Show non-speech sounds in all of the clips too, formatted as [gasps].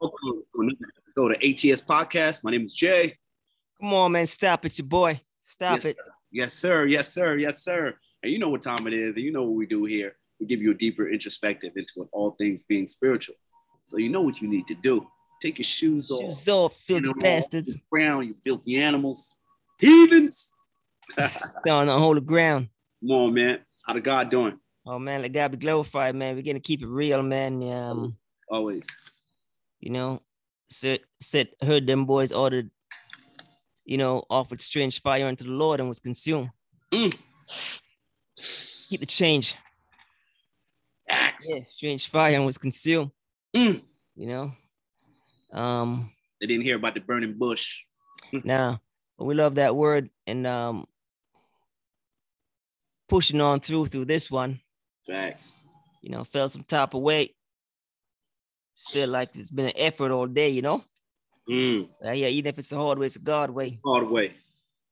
Welcome go to ATS Podcast. My name is Jay. Come on, man. Stop it, your boy. Stop Yes, it. Yes, sir. Yes, sir. Yes, sir. And you know what time it is, and you know what we do here. We give you a deeper introspective into what all things being spiritual. So you know what you need to do. Take your shoes off. Shoes off, filthy Turn it bastards. off. Brown, you filthy animals. Heathens. Down on holy ground. Come on, man. How the God doing? Oh man, let God be glorified, man. We're gonna keep it real, man. Um, Always. you know, said said heard them boys ordered, you know, offered strange fire unto the Lord and was consumed. Mm. Keep the change. Acts. Yeah, strange fire and was consumed. Mm. You know, um, They didn't hear about the burning bush. now we love that word and um, pushing on through through this one. Facts. you know, felt some type of weight. Still like it's been an effort all day, you know. Mm. Uh, yeah, even if it's a hard way, it's a God way, All the way.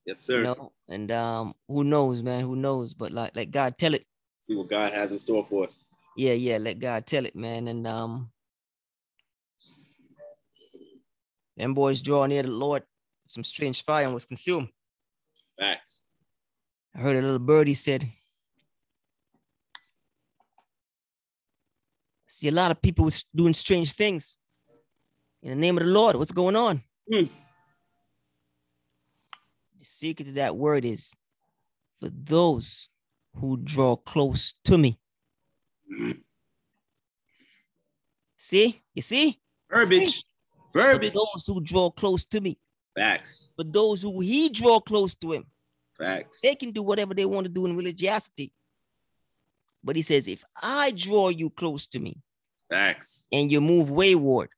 Yes, sir. you know. And um, who knows, man? Who knows? But like, let God tell it. See what God has in store for us. Yeah, yeah, let God tell it, man. And um, them boys draw near the Lord. Some strange fire and was consumed. Facts. I heard a little birdie said. See a lot of people was doing strange things. In the name of the Lord, what's going on? Hmm. The secret to that word is for those who draw close to me. Mm. See, you see, Verbiage. for Verbiage. those who draw close to me, Facts. for those who he draw close to him, Facts. they can do whatever they want to do in religiosity. But he says, if I draw you close to me, Facts. and you move wayward.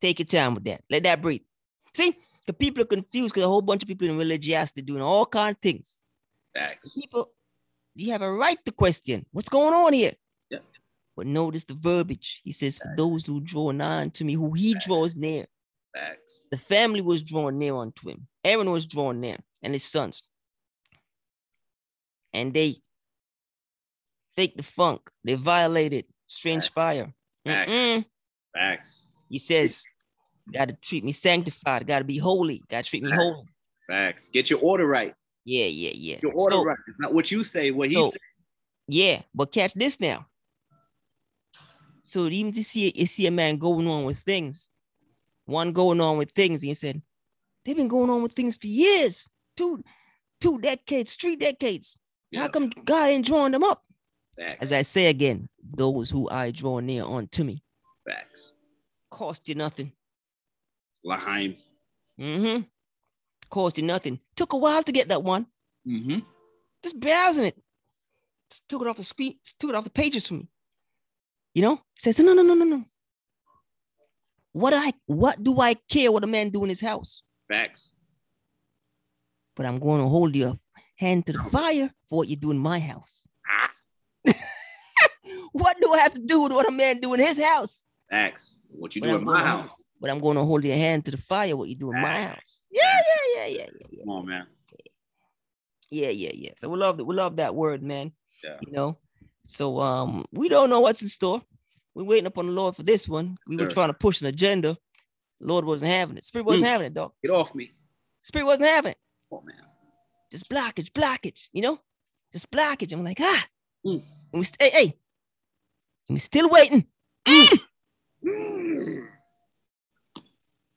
Take your time with that. Let that breathe. See, the people are confused because a whole bunch of people in religiosity doing all kind of things. Facts. People, you have a right to question what's going on here. Yeah. But notice the verbiage. He says, For those who draw nigh unto me, who he draws near. Facts. The family was drawn near unto him. Aaron was drawn near, and his sons. And they fake the funk. They violated strange fire. Facts. Mm-mm. Facts. He says, "Gotta treat me sanctified. Gotta be holy. Gotta treat me Facts. holy." Facts. Get your order right. Yeah, yeah, yeah. Your order So, right. It's not what you say, what he so- said. Yeah, but catch this now. So even to see you see a man going on with things, one going on with things, and he said, "They've been going on with things for years, two, two decades, three decades. Yeah. How come God ain't drawing them up?" Facts. As I say again, those who I draw near unto me Facts. cost you nothing. Laheim. Mm-hmm. Cost you nothing. Took a while to get that one. Mm-hmm. Just browsing it. Just took it off the screen. Just took it off the pages for me. You know? Says no, no, no, no, no. What I what do I care what a man do in his house? Facts. But I'm going to hold your hand to the fire for what you do in my house. [laughs] Ah. what do I have to do with what a man do in his house? Facts. What you But do I'm in my going home. house. But I'm going to hold your hand to the fire what you do in my Facts. house. Yeah, yeah, yeah, yeah, yeah, yeah. Come on, man. Yeah, yeah, yeah. So we love that. We love that word, man. Yeah. You know. So um, we don't know what's in store. We're waiting upon the Lord for this one. We were Sure. trying to push an agenda. Lord wasn't having it. Spirit wasn't Mm. having it, dog. Get off me. Spirit wasn't having it. Come on, man. Just blockage, blockage, you know? Just blockage. I'm like, ah. Mm. And we stay, hey, hey. And we still waiting. Mm.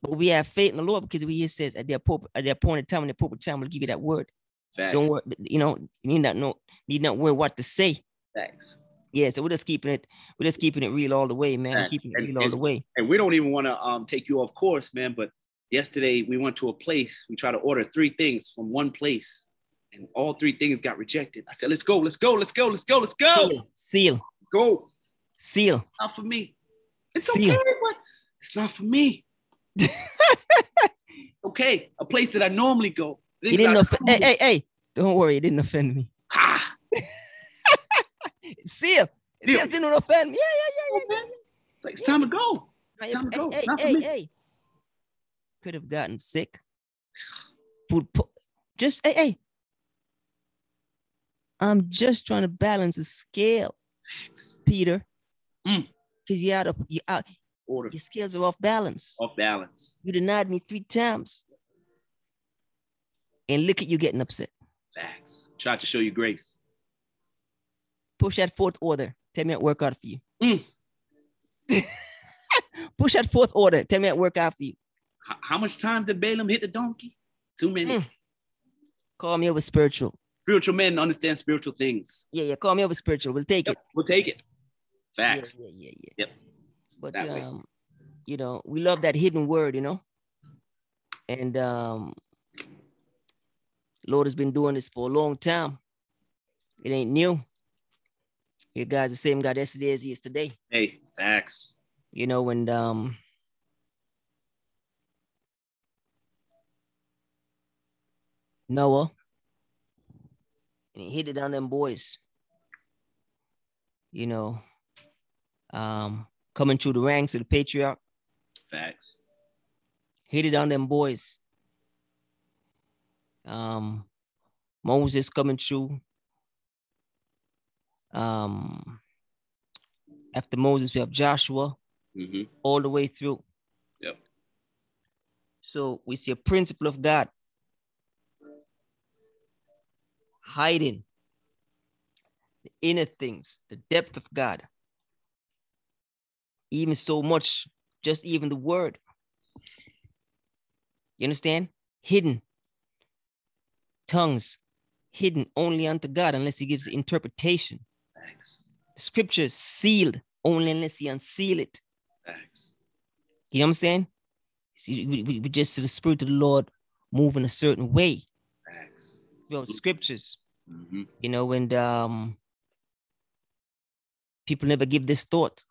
But we have faith in the Lord because we hear says at the appropriate at the appointed time and the appropriate time will give you that word. Facts. Don't worry, you know, you need not know, need not worry what to say. Facts. Yeah, so we're just keeping it, we're just keeping it real all the way, man. Facts. Keeping it And- real all and- the way. And we don't even want to um, take you off course, man. But yesterday we went to a place. We tried to order three things from one place, and all three things got rejected. I said, "Let's go, let's go, let's go, let's go, let's go, Seal, seal, let's go." seal. not for me. It's See okay, ya. but it's not for [laughs] me. okay, a place that I normally go. You didn't eh, offend. Hey, hey, hey! Don't worry, it didn't offend me. Ah, Seal, it Seal. just didn't offend me. Yeah, yeah, it's like it's time to go. yeah, Time to yeah. go. yeah. Hey, Not for hey, hey, me. hey! Could have gotten sick. Food, po- just hey, hey. I'm just trying to balance the scale Peter. Because Mm. you out of you out, Order your scales are off balance. off balance. You denied me three times. And look at you getting upset. Facts. Tried to show you grace. Push that fourth order. Tell me it work out for you. Mm. [laughs] Push that fourth order. Tell me it work out for you. H- how much time did Balaam hit the donkey? Too many. Mm. Call me over spiritual. Spiritual men understand spiritual things. Yeah, yeah. Call me over spiritual. We'll take Yep, it. we'll take it. Yeah, Facts. yeah, yeah, yeah. Yep. But That way. um, you know, we love that hidden word, you know. And um, Lord has been doing this for a long time. It ain't new. Your God's the same God yesterday as he is today. Hey, facts. you know, and um, Noah, and he hit it on them boys, you know, um, coming through the ranks of the patriarch, Facts. hit it on them boys. Um, Moses coming through. Um, after Moses, we have Joshua. hmm all the way through. Yep. So we see a principle of God hiding the inner things, the depth of God. Even so much, just even the word. You understand? Hidden. Tongues hidden only unto God unless He gives the interpretation. Facts. The scriptures sealed only unless He unseal it. Facts. You know what I'm saying? See, we, we, we just see the spirit of the Lord moving a certain way Facts. throughout scriptures, hmm you know, and um people never give this thought.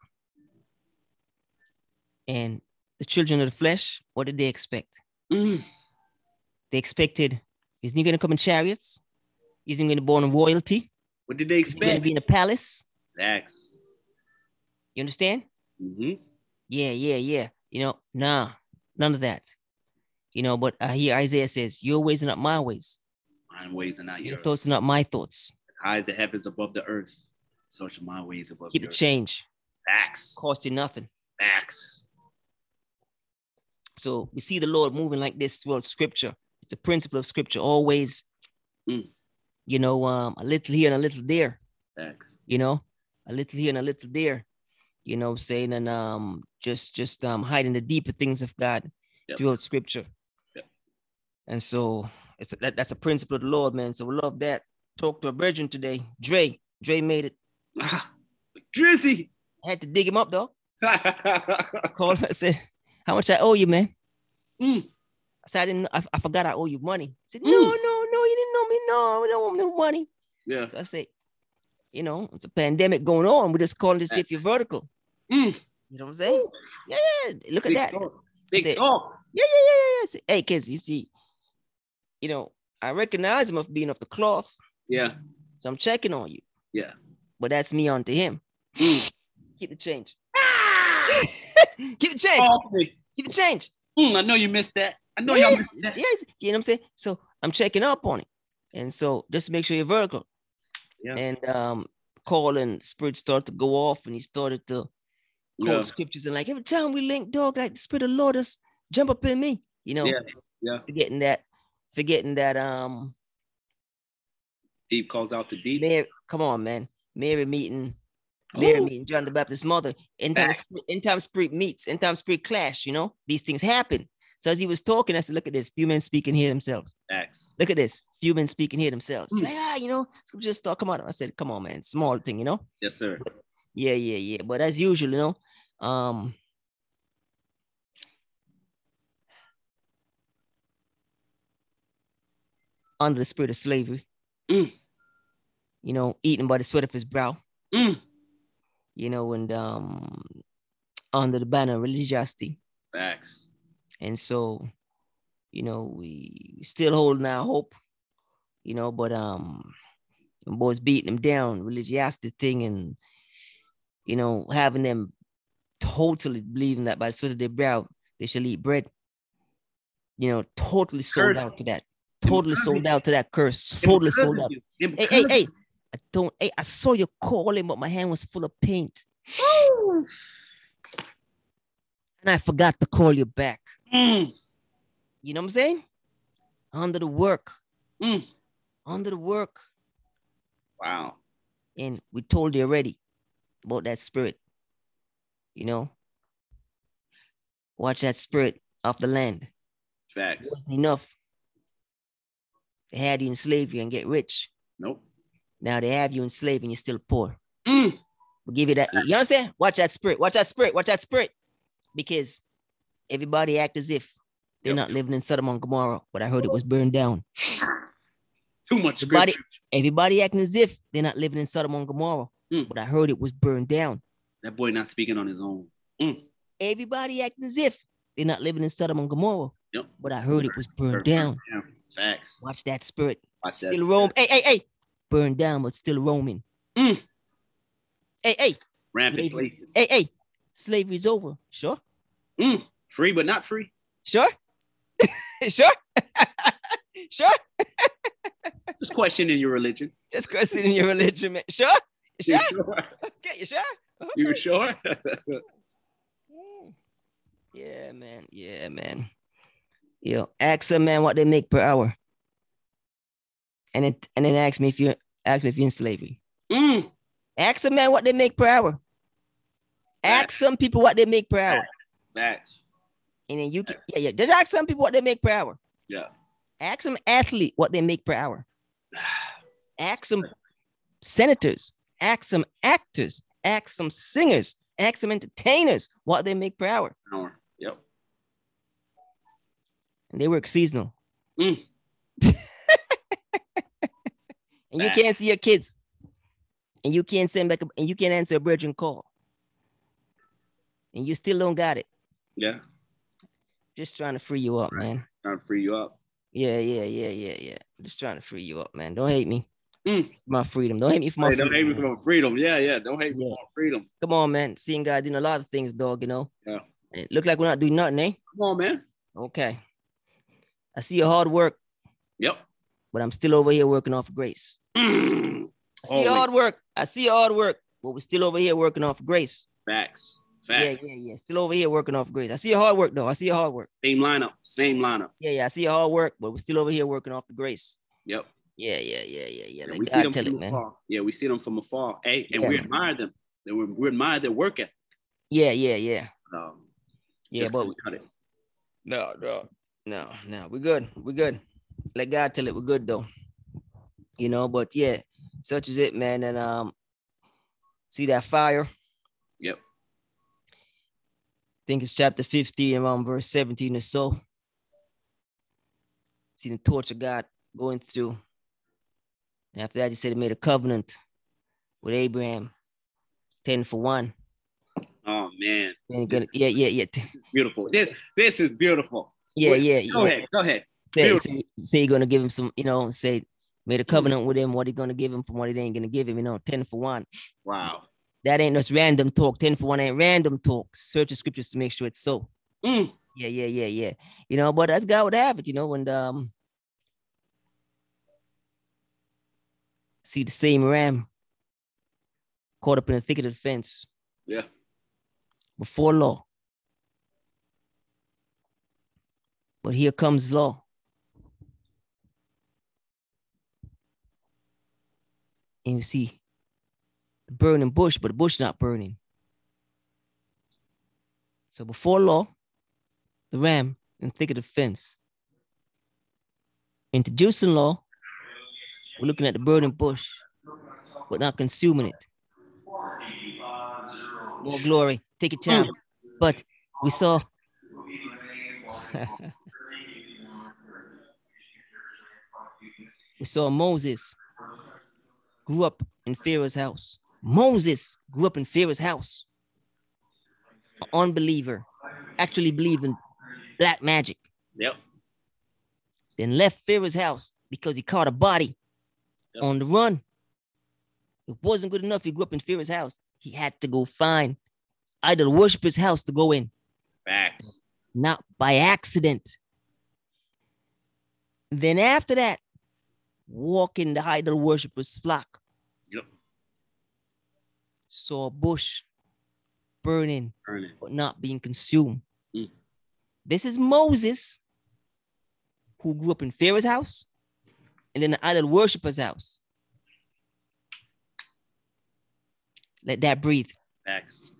And the children of the flesh, what did they expect? Mm. They expected, isn't he gonna come in chariots? Isn't he gonna be born in royalty? What did they Is he gonna expect? be in a palace? Facts. You understand? hmm Yeah, yeah, yeah. You know, nah, none of that. You know, but uh, here Isaiah says, Your ways are not my ways. Mine ways are not Your yours. thoughts are not my thoughts. High as the heavens above the earth, so shall my ways above Keep the the earth. change. Facts. Cost you nothing. Facts. So we see the Lord moving like this throughout Scripture. It's a principle of Scripture. Always, Mm. you know, um, a little here and a little there. Facts. [laughs] You know, a little here and a little there. You know, what I'm saying and um, just just um, hiding the deeper things of God Yep. throughout Scripture. Yep. And so it's that, that's a principle of the Lord, man. So we love that. Talk to a virgin today, Dre. Dre made it. Drizzy. [laughs] had to dig him up though. Facts. called her and said, How much I owe you, man? Mm. I said, I didn't I, I forgot I owe you money. He said, Mm. No, no, no, you didn't know me. No, I don't owe no money. Yeah. So I said, you know, it's a pandemic going on. We're just calling to see if you're vertical. Mm. You know what I'm saying? Yeah, yeah. Look at Big that. Yeah, talk. Big That's it. talk. yeah, yeah, yeah. yeah. I said, hey, kids, you see, you know, I recognize him of being off the cloth. Yeah. So I'm checking on you. Yeah. But that's me onto him. [laughs] Mm. Keep the change. [gasps] Ah! Keep the change. Off me. Keep the change. Mm, I know you missed that. I know yeah, y'all yeah, missed that. yeah, you know what I'm saying? So I'm checking up on it. And so just make sure you're vertical. Yeah. And um calling spirit started to go off and he started to quote Yeah. scriptures and like every time we link dog, like the spirit of the Lord just jump up in me, you know, Yeah, yeah. forgetting that, forgetting that um Deep calls out to deep. Mary, come on, man. Mary meeting Mary Ooh. meeting John the Baptist's mother. In time, Facts. spirit, in time spirit meets, in time spirit clash, you know, these things happen. So as he was talking, I said, look at this, few men speaking here themselves. Facts. Look at this. Few men speaking here themselves. Mm. Like, ah, you know, just talk come on. I said, come on, man. Small thing, you know? Yes, sir. Yeah, yeah, yeah. But as usual, you know, um, under the spirit of slavery, Mm. you know, eaten by the sweat of his brow, Mm. you know, and um, under the banner of religiosity. Facts. And so, you know, we we still holding our hope, you know, but um them boys beating them down, religiosity thing and you know, having them totally believing that by the sweat of their brow they shall eat bread. You know, totally sold Curse. out to that. Totally sold Encourage. out to that curse. Totally sold out. Encourage you. Hey, hey, hey, I don't. Hey, I saw you calling, but my hand was full of paint, and I forgot to call you back. Mm, You know what I'm saying? Under the work, Mm. under the work, Wow. and we told you already about that spirit. You know, watch that spirit of the land. It Facts. wasn't enough. They had you in slavery and get rich. Nope. Now they have you in slavery and you're still poor. Mm, will give you that. You understand? Watch that spirit. Watch that spirit. Watch that spirit. Because everybody act as if they're Yep. not living in Sodom and Gomorrah, but I heard it was burned down. Too much Body- scripture. Everybody acting as if they're not living in Sodom and Gomorrah, Mm. but I heard it was burned down. That boy not speaking on his own. Everybody acting as if they're not living in Sodom and Gomorrah, Yep. but I heard it was Burn burned down. down. Facts. Watch that spirit. Watch that. Still roam. Hey, hey, hey. Burned down, but still roaming. Hmm. Mm. Hey, hey, Rampant Slavery. places. hey, hey. Slavery's over. Sure. Mm, Free but not free. Sure. [laughs] sure. [laughs] sure. Just questioning your [laughs] religion. Just questioning your religion, man. Sure. You You Sure. sure? Okay. You sure? You sure? Okay. Yeah, man. Yeah, man. Yo, ask a man what they make per hour. And it and then ask me if you ask me if you're in slavery. Mm, Ask a man what they make per hour. Ask some people what they make per hour. Facts. And then you can yeah, yeah. Just ask some people what they make per hour. Yeah. Ask some athlete what they make per hour. [sighs] ask some senators, ask some actors, ask some singers, ask some entertainers what they make per hour. Hour. Yep. And they work seasonal. Mm. [laughs] and you Facts. can't see your kids. And you can't send back a, and you can't answer a virgin call. And you still don't got it. Yeah. Just trying to free you up, Right. man. Trying to free you up. Yeah, yeah, yeah, yeah, yeah. Just trying to free you up, man. Don't hate me. Mm. My freedom. Don't hate me for my Hey, don't freedom. hate me man. for my freedom. Yeah, yeah. Don't hate me Yeah. for my freedom. Come on, man. Seeing God doing a lot of things, dog, you know. Yeah. It look like we're not doing nothing, eh? Come on, man. Okay. I see your hard work, Yep. [clears throat] but I'm still over here working off grace. Mm. I see your Always. hard work. I see your hard work, but we're still over here working off grace. Facts. Yeah, Facts. yeah, yeah. Still over here working off grace. I see your hard work though. I see your hard work. Same lineup. Same lineup. Yeah, yeah. I see your hard work, but we're still over here working off the grace. Yep. Yeah, yeah, yeah, yeah, yeah. Yeah, Like we see God them tell from it, man. afar. Yeah, we see them from afar. Hey, and Yeah. we admire them. They were, we admire their work ethic. Yeah, yeah, yeah. Um, Yeah, just but without it. no, no, no, no. We're good. We're good. Let God tell it. We're good though. You know, but yeah, such is it, man. And um, see that fire. Yep. think it's chapter 15, around verse 17 or so. See the torch of God going through. And after that, he said he made a covenant with Abraham, 10 for one. Oh man, Then he gonna, yeah, yeah, [laughs] yeah, t- beautiful. This this is beautiful. yeah, Well, yeah. Go yeah. ahead. Go ahead. Say, beautiful. say, say you're gonna give him some, you know, say made a covenant with him, what he gonna give him from what he ain't gonna give him, you know, 10 for one. Wow. That ain't just random talk. 10 for one ain't random talk. Search the scriptures to make sure it's so. Mm. Yeah, yeah, yeah, yeah. You know, but as God would have it, you know, and um see the same ram caught up in the thicket of the fence Yeah. before law. But here comes law. And you see the burning bush, but the bush not burning. So before law, the ram and thicket of the fence. Introducing law, we're looking at the burning bush, but not consuming it. More glory, take your time. But we saw. [laughs] we saw Moses grew up in Pharaoh's house. Moses grew up in Pharaoh's house. An unbeliever, actually believing black magic, Yep. then left Pharaoh's house because he caught a body Yep. on the run. It wasn't good enough. He grew up in Pharaoh's house. He had to go find idol worshipper's house to go in, Facts. not by accident. Then after that, walk in the idol worshipper's flock saw a bush burning burning. but not being consumed. Mm. This is Moses, who grew up in Pharaoh's house and in the idol worshippers' house. Let that breathe. Facts.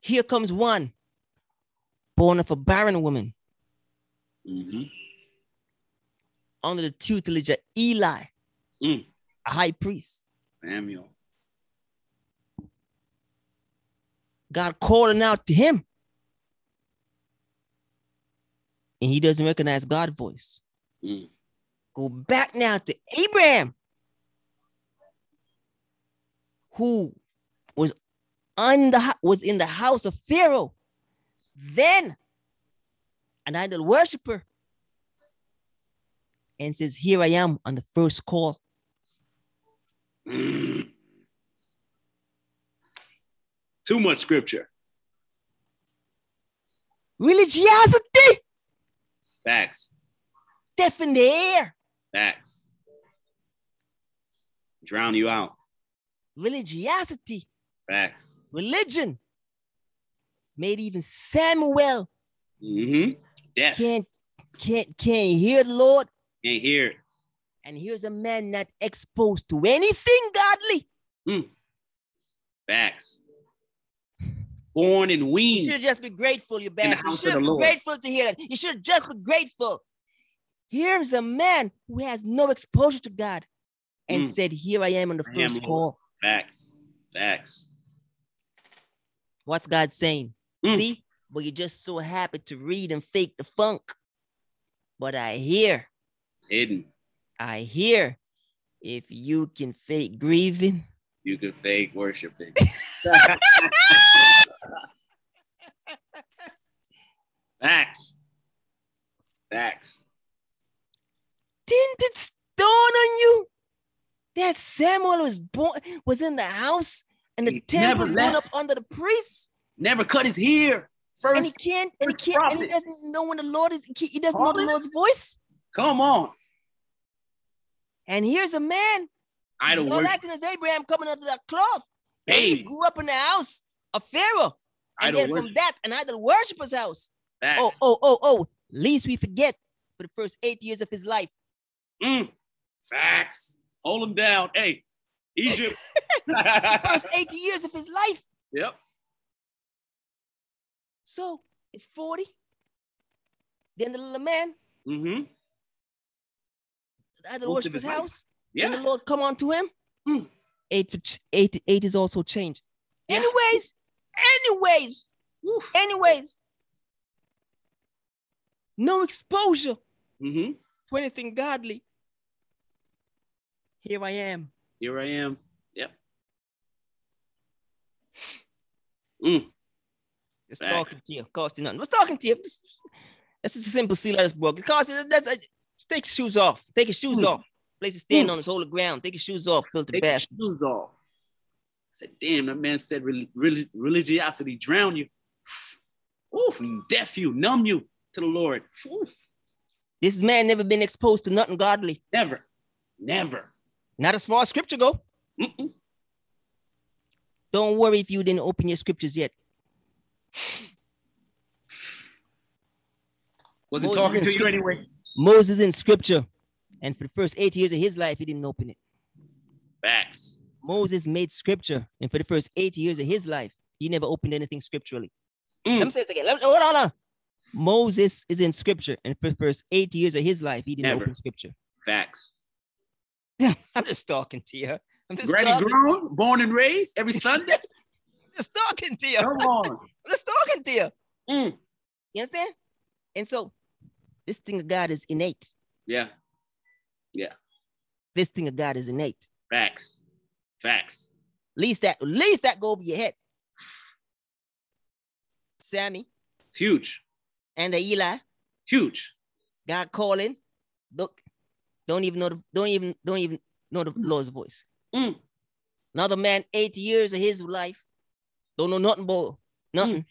Here comes one born of a barren woman hmm under the tutelage of Eli, Mm. a high priest. Samuel. God calling out to him. And he doesn't recognize God's voice. Mm. Go back now to Abraham, who was under was in the house of Pharaoh, then an idol worshiper, and says, "Here I am on the first call." Mm. Too much scripture. Religiosity, Facts. death in the air. Facts. Drown you out. Religiosity, Facts. religion. Made even Samuel hmm Death. Can't can't can't can't hear the Lord. hear it. And here's a man not exposed to anything godly. Facts. Born and You should weaned. have just been grateful, you bastard. You house of should have Mm. the been Lord. grateful to hear that. You should have just been grateful. Here's a man who has no exposure to God and Mm. said, Here I am on the I am first Lord. call. Facts. Facts. What's God saying? Mm. See? But you just so happy to read and fake the funk. But I hear, It's hidden. I hear. If you can fake grieving, You can fake worshiping. [laughs] Facts. Facts. tinted stone on you. That Samuel was born was in the house and the He temple never going up left. under the priests, Never cut his hair. and he First, can't and he first can't and he prophet. doesn't know when the Lord is he, he doesn't know the Prophet? Lord's voice. come on. And here's a man I don't all worship. acting as Abraham coming out of that cloth. And he Hey, grew up in the house of Pharaoh, I and then don't from worship. that an idol worshipper's house. Facts. Oh oh oh oh! Least we forget for the first eight years of his life, Mm. Facts. Hold him down. Hey, Egypt. [laughs] first eight years of his life. yep. So it's 40. Then the little man Mm-hmm. at the Most of worshipper's his life. house, and Yeah. the Lord come on to him. Mm. Eight, for ch- eight, eight is also change. Yeah. Anyways, anyways, anyways. No exposure Mm-hmm. to anything godly. Here I am. Here I am. Yep. Just Facts. talking to you, costing nothing. Just talking to you. Just- That's just a simple sea letters book. It costs you- that's a, just take your shoes off. Take your shoes Mm. off. Place to stand Mm. on this holy ground. Take your shoes off, filthy Take your bastards. shoes off. I said, damn, that man said rel- rel- religiosity drown you. [sighs] Oof, deaf you, numb you to the Lord. Oof. This man never been exposed to nothing godly. Never. Never. Not as far as scripture go. Mm-mm. Don't worry if you didn't open your scriptures yet. Wasn't Moses talking in to you scrip- anyway. Moses in scripture. And for the first eight years of his life, he didn't open it. Facts. Moses made scripture. And for the first eight years of his life, he never opened anything scripturally. Mm. Let me say it again. Let me, hold on, hold on. Moses is in scripture. And for the first eight years of his life, he didn't Never. open scripture. [laughs] Facts. I'm just talking to you. I'm just, Granny talking, grown, born and raised every Sunday. just talking to you. Come on. I'm just talking to you. Mm. You understand? And so this thing of God is innate. Yeah. This thing of God is innate. Facts. Facts. Least that, least that go over your head. Sammy It's huge. and the Eli, Huge. God calling. Look, don't even know the, don't even don't even know the Lord's voice. Mm. Another man, 80 years of his life, don't know nothing about nothing. Mm.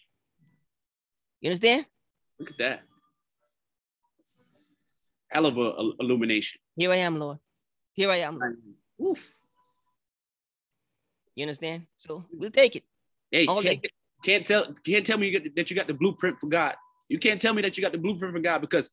You understand? Look at that. Hell of a il- illumination. Here I am, Lord. Here I am. Lord. Oof. You understand? Mm. So we'll take it. Hey, All can't, can't tell can't tell me you got, that you got the blueprint for God. You can't tell me that you got the blueprint for God because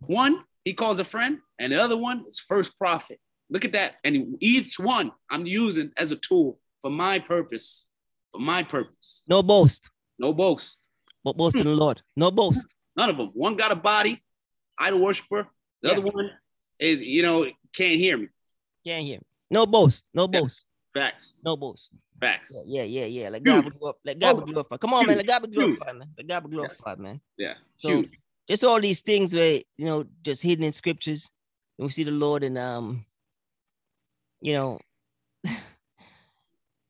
one he calls a friend, and the other one is first prophet. Look at that, and each one I'm using as a tool for my purpose, for my purpose. No boast, No boast, but boast Mm. in the Lord. No boast. none of them. One got a body, idol worshiper. The Yeah. other one is you know can't hear me. Can't hear. me. No boast. No Yeah. boast. Facts, No boast. facts. Yeah, yeah, yeah. yeah. Let Huge. God be glorified. Let God Oh, be glorified. Come on, man. Let God be huge. glorified, man. Let God be glorified, man. Yeah, So- huge. Just all these things where you know, just hidden in scriptures, and we see the Lord, and um, you know, [laughs]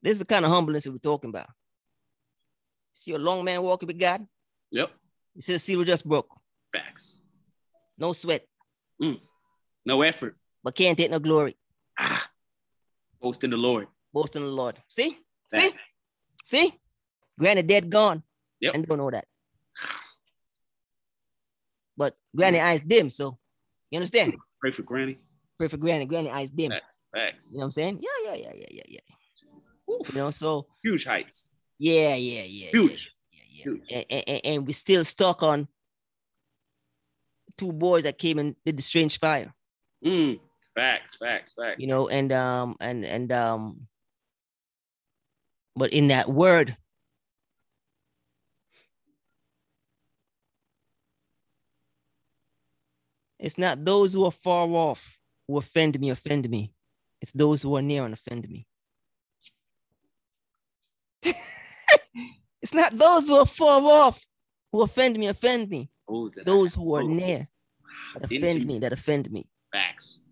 this is the kind of humbleness that we're talking about. See a long man walking with God. Yep, He said, "See, we just broke. facts. No sweat, No effort. but can't take no glory. Ah, boast in the Lord. Boast in the Lord. See, see, Facts. see. Granny dead gone. Yep. And don't know that. But granny eyes dim, so you understand? Pray for Granny. Perfect granny, granny eyes dim. Right. Facts. You know what I'm saying? Yeah, yeah, yeah, yeah, yeah, yeah. Oof. You know, so Huge heights. yeah, yeah, yeah. Huge. Yeah, yeah. Huge. yeah. And, and, and we're still stuck on two boys that came and did the strange fire, Mm. Facts, facts, facts. you know, and um and and um but in that word. It's not those who are far off who offend me, offend me. It's those who are near and offend me. [laughs] it's not those who are far off who offend me, offend me. Those, that Those who are Oh. near that Didn't offend you- me, that offend me. Facts.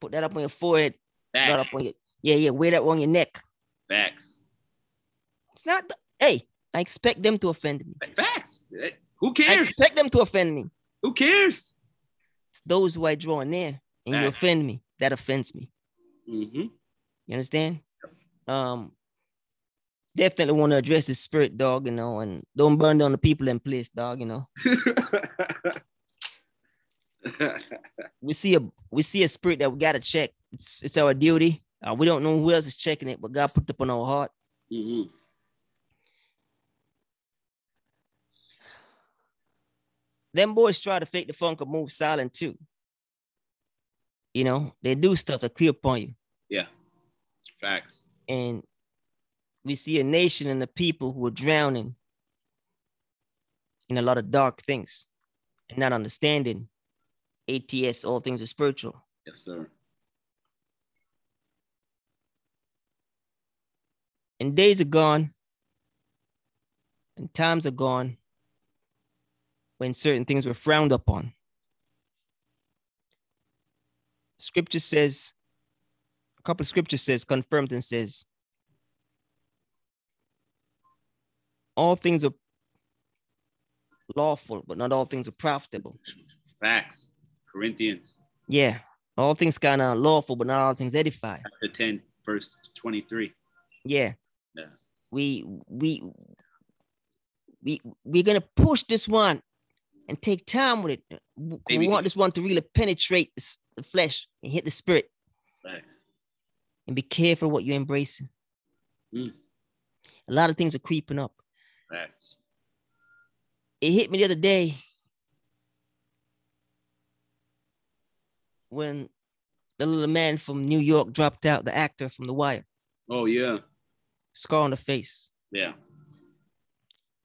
Put that up on your forehead. Put that Facts. up on your yeah, yeah. Wear that on your neck. Facts. It's not. The, hey, I expect them to offend me. Facts. Eh, Who I cares? expect them to offend me. Who cares? It's those who I draw near and you Facts. offend me. That offends me. Mm-hmm. [laughs] You understand? Um, definitely want to address the spirit, dog. You know, and don't burn down the people in place, dog. You know, we see a we see a spirit that we gotta check. It's it's our duty. Uh, we don't know who else is checking it, but God put it upon our heart. hmm Them boys try to fake the funk or move silent too. You know, they do stuff that creep upon you. Facts. And we see a nation and the people who are drowning in a lot of dark things and not understanding ATS, all things are spiritual. Yes, sir. and days are gone and times are gone when certain things were frowned upon. Scripture says, a couple of scriptures says, confirmed and says, all things are lawful, but not all things are profitable. Facts. Corinthians Yeah, all things kind of lawful, but not all things edify. chapter 10, verse 23. Yeah. Yeah. We we we we're gonna push this one and take time with it. W- Maybe- We want this one to really penetrate the s- the flesh and hit the spirit. Facts. And be careful what you're embracing. Mm. A lot of things are creeping up. Facts. It hit me the other day when the little man from New York dropped out, the actor from The Wire, Oh, yeah. scar on the face. Yeah.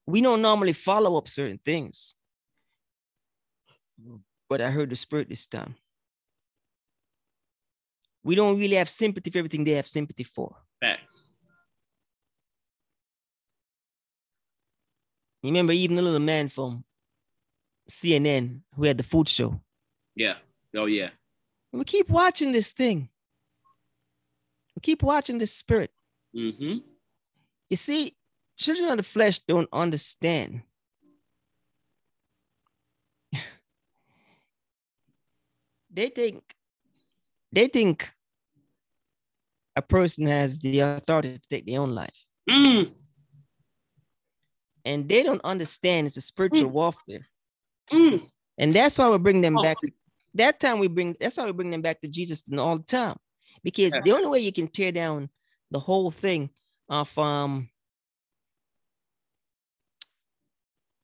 we don't normally follow up certain things. But I heard the spirit this time. We don't really have sympathy for everything they have sympathy for. Facts. You remember even the little man from CNN who had the food show. Yeah. Oh, yeah. And we keep watching this thing. We keep watching this spirit. Mm-hmm. You see, children of the flesh don't understand. [laughs] they think they think a person has the authority to take their own life. Mm. And they don't understand it's a spiritual warfare. Mm. And that's why we bring them Oh, back. That time we bring that's why we bring them back to Jesus all the time. Because Yeah. the only way you can tear down the whole thing of um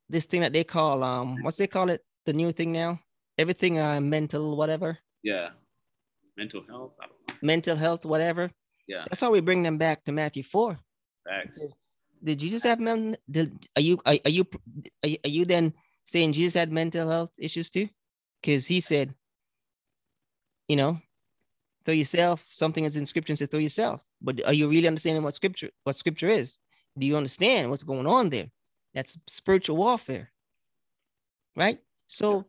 this thing that they call um what's they call it the new thing now everything uh mental whatever Yeah. Mental health. I don't know. mental health whatever Yeah. that's how we bring them back to Matthew four Facts. did Jesus have mental? Did, are you are, are you are you- are you then saying Jesus had mental health issues too? Because he said, you know, throw yourself. Something is in scripture and says throw yourself. But are you really understanding what scripture what scripture is? Do you understand what's going on there? That's spiritual warfare, right? So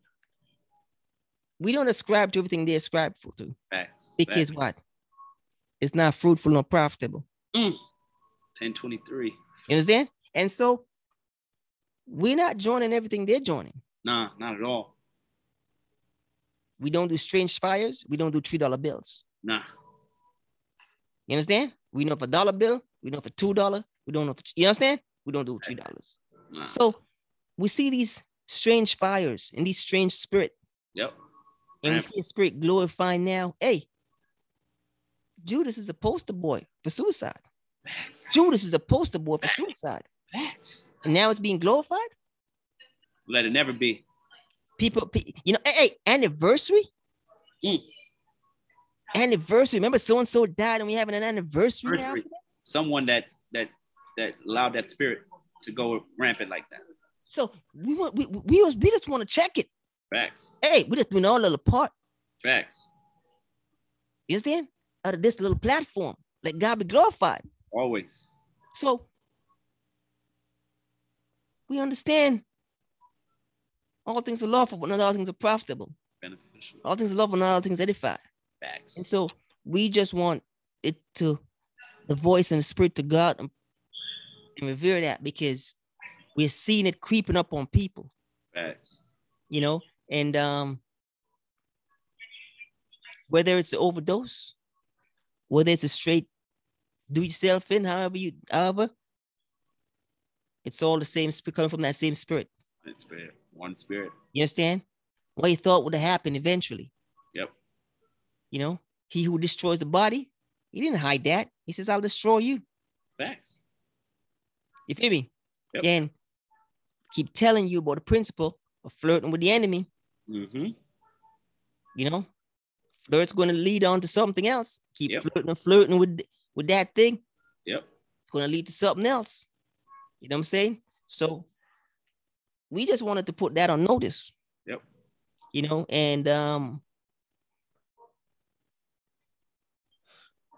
we don't ascribe to everything they ascribe for to Facts. because Facts. what? It's not fruitful nor profitable. 1023. You understand? And so we're not joining everything they're joining. Nah, not at all. We don't do strange fires. We don't do three dollar bills. Nah. You understand? We know for a dollar bill. We know for two dollar. We don't know. For, you understand? We don't do three dollars. Nah. So we see these strange fires and these strange spirit, Yep. and we Right. see a spirit glorifying now. Hey, Judas is a poster boy for suicide. Facts. Judas is a poster boy for suicide, Facts. and now it's being glorified. Let it never be. people, pe- you know, hey, hey, anniversary. Mm. Anniversary. Remember, so and so died, and we having an anniversary now. Anniversary. Someone that that that allowed that spirit to go rampant like that. So we want, we, we, we, we just want to check it. Facts. Hey, we just doing our little part. Facts. You understand? Out of this little platform, let God be glorified. Always. So we understand all things are lawful, but not all things are profitable. Beneficial. All things are lawful, not all things edify. Facts. And so we just want it to the voice and the spirit to God and, and revere that because we're seeing it creeping up on people, Facts. you know, and um whether it's an overdose, whether it's a straight do yourself in, however you however, it's all the same spirit coming from that same spirit. One spirit. One spirit. You understand? What you thought would have happened eventually. Yep. You know, he who destroys the body, he didn't hide that. He says, I'll destroy you. Facts. You feel me? Yep. Then keep telling you about the principle of flirting with the enemy. Mm-hmm. You know, flirt's going to lead on to something else. Keep Yep. flirting and flirting with with that thing. Yep. It's going to lead to something else. You know what I'm saying? So we just wanted to put that on notice. Yep. You know, and um,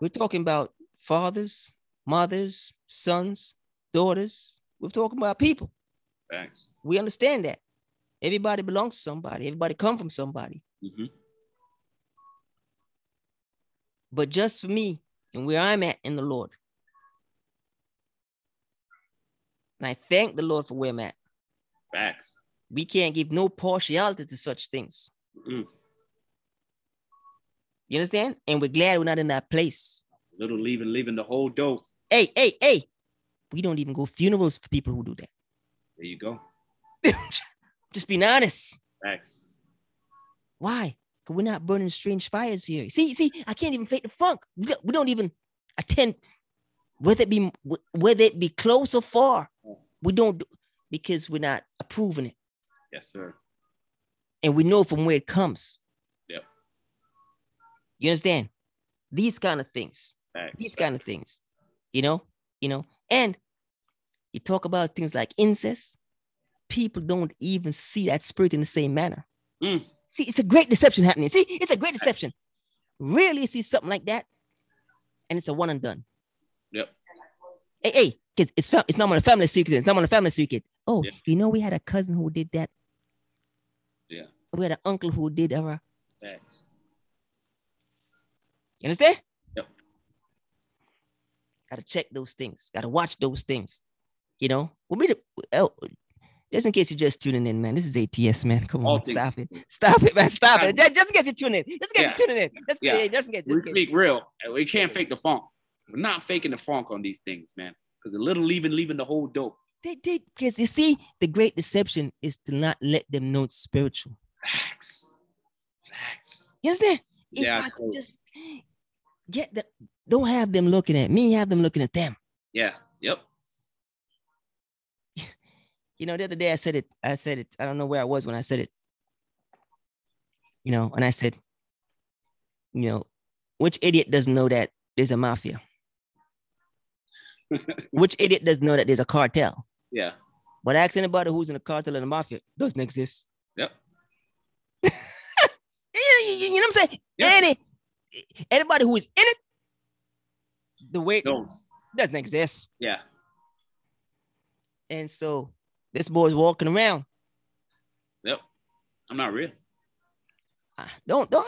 we're talking about fathers, mothers, sons, daughters. We're talking about people. Facts. We understand that. Everybody belongs to somebody. Everybody come from somebody. Mm-hmm. But just for me and where I'm at in the Lord. And I thank the Lord for where I'm at. Facts. We can't give no partiality to such things. Mm. You understand? And we're glad we're not in that place. Little leaving, leaving the whole dope. Hey, hey, hey. We don't even go funerals for people who do that. There you go. Just being honest. Facts. Why? Because we're not burning strange fires here. See, see, I can't even fake the funk. We don't- we don't even attend, whether it be whether it be close or far. We don't do, because we're not approving it, Yes, sir. and we know from where it comes. Yep. You understand? These kind of things. Facts. These kind of things. You know. You know. And you talk about things like incest. People don't even see that spirit in the same manner. Mm. See, it's a great deception happening. See, it's a great deception. Rarely see something like that, and it's a one and done. Yep. Hey, hey, 'cause it's fam- it's not on a family secret. It's not on a family secret. Oh, Yeah. you know, we had a cousin who did that. Yeah. We had an uncle who did ever. Facts. You understand? Yep. Gotta check those things. Gotta watch those things. You know. Well, we oh, just in case you're just tuning in, man. This is ATS, man. Come All on, things. stop it, stop it, man, stop [laughs] it. Yeah. Just, just in case you tune in. Just in case Yeah. you tuning in. Just, Yeah. yeah. just in case. Just in We case. speak real. We can't fake the funk. We're not faking the funk on these things, man. Because a little leaving, leaving the whole dope. They did because you see, the great deception is to not let them know it's spiritual. Facts. Facts. You understand? If Yeah, I could cool. just get the Don't have them looking at me, have them looking at them. Yeah. Yep. You know, the other day I said it, I said it, I don't know where I was when I said it. You know, and I said, you know, which idiot doesn't know that there's a mafia? which idiot doesn't know that there's a cartel? Yeah. But ask anybody who's in a cartel and a mafia, doesn't exist. [laughs] Yep. You, you- you know what I'm saying? Yeah. Any anybody who is in it, the way Those. doesn't exist. Yeah. And so this boy's walking around. Yep. I'm not real. Ah, Don't don't.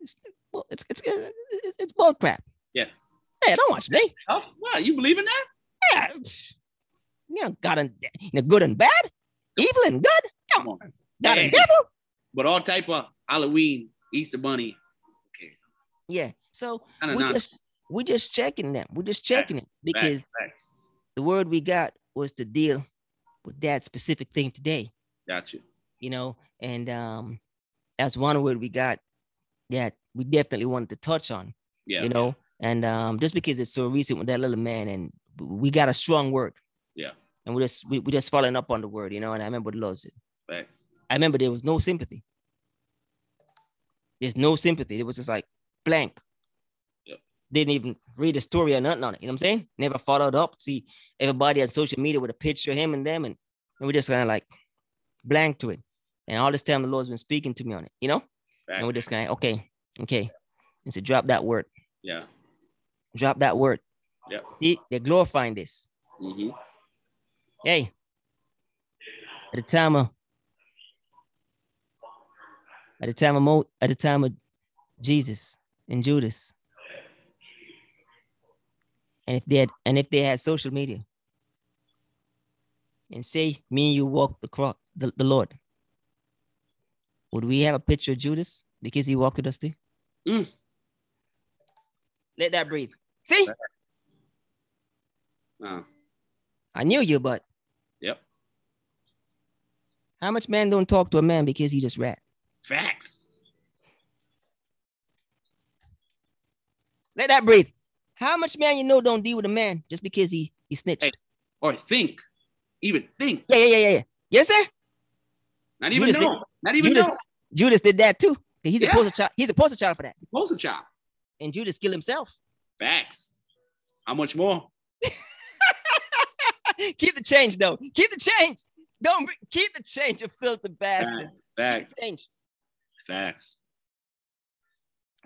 It's well, it's it's it's, it's bull crap. Yeah. Hey, don't watch me. Oh, wow. You believe in that? Yeah. You know, God and you know, good and bad, evil and good, Come on. God Hey. and devil. But all type of Halloween, Easter Bunny. Yeah. So Kinda we nonsense. just we just checking them. We're just checking it Facts, because facts. the word we got was to deal with that specific thing today. Got you. you know, and um, that's one word we got that we definitely wanted to touch on, Yeah. you know, and um, just because it's so recent with that little man, and we got a strong word, Yeah. and we just we, we just following up on the word, you know, and I remember the Lord said, Facts. I remember there was no sympathy. There's no sympathy. It was just like blank. Yep. Didn't even read the story or nothing on it. You know what I'm saying? Never followed up. See everybody on social media with a picture of him and them, and, and we just kind of like blank to it. And all this time the Lord's been speaking to me on it, you know? And we're Facts. just kind of okay, okay. And so drop that word. Yeah. Drop that word. Yep. See, they're glorifying this. hmm Hey, at the time of at the time of Mo, at the time of Jesus and Judas, and if they had and if they had social media, and say me and you walked the cross, the, the Lord, would we have a picture of Judas because he walked with us too? Mm. Let that breathe. See, Uh, I knew you, but Yep. How much man don't talk to a man because he just rat? facts. Let that breathe. How much man you know don't deal with a man just because he he snitched? Hey. Or think. Even think. Yeah, yeah, yeah, yeah, yeah. Yes, sir. Not You even just- know. Not even you just- know. Judas did that too. He's Yeah. a poster child. He's a poster child for that. Poster child. And Judas killed himself. [laughs] Facts. How much more? keep the change though. Keep the change. Don't br- keep the change, you filthy bastards. Keep Facts. the change. Facts.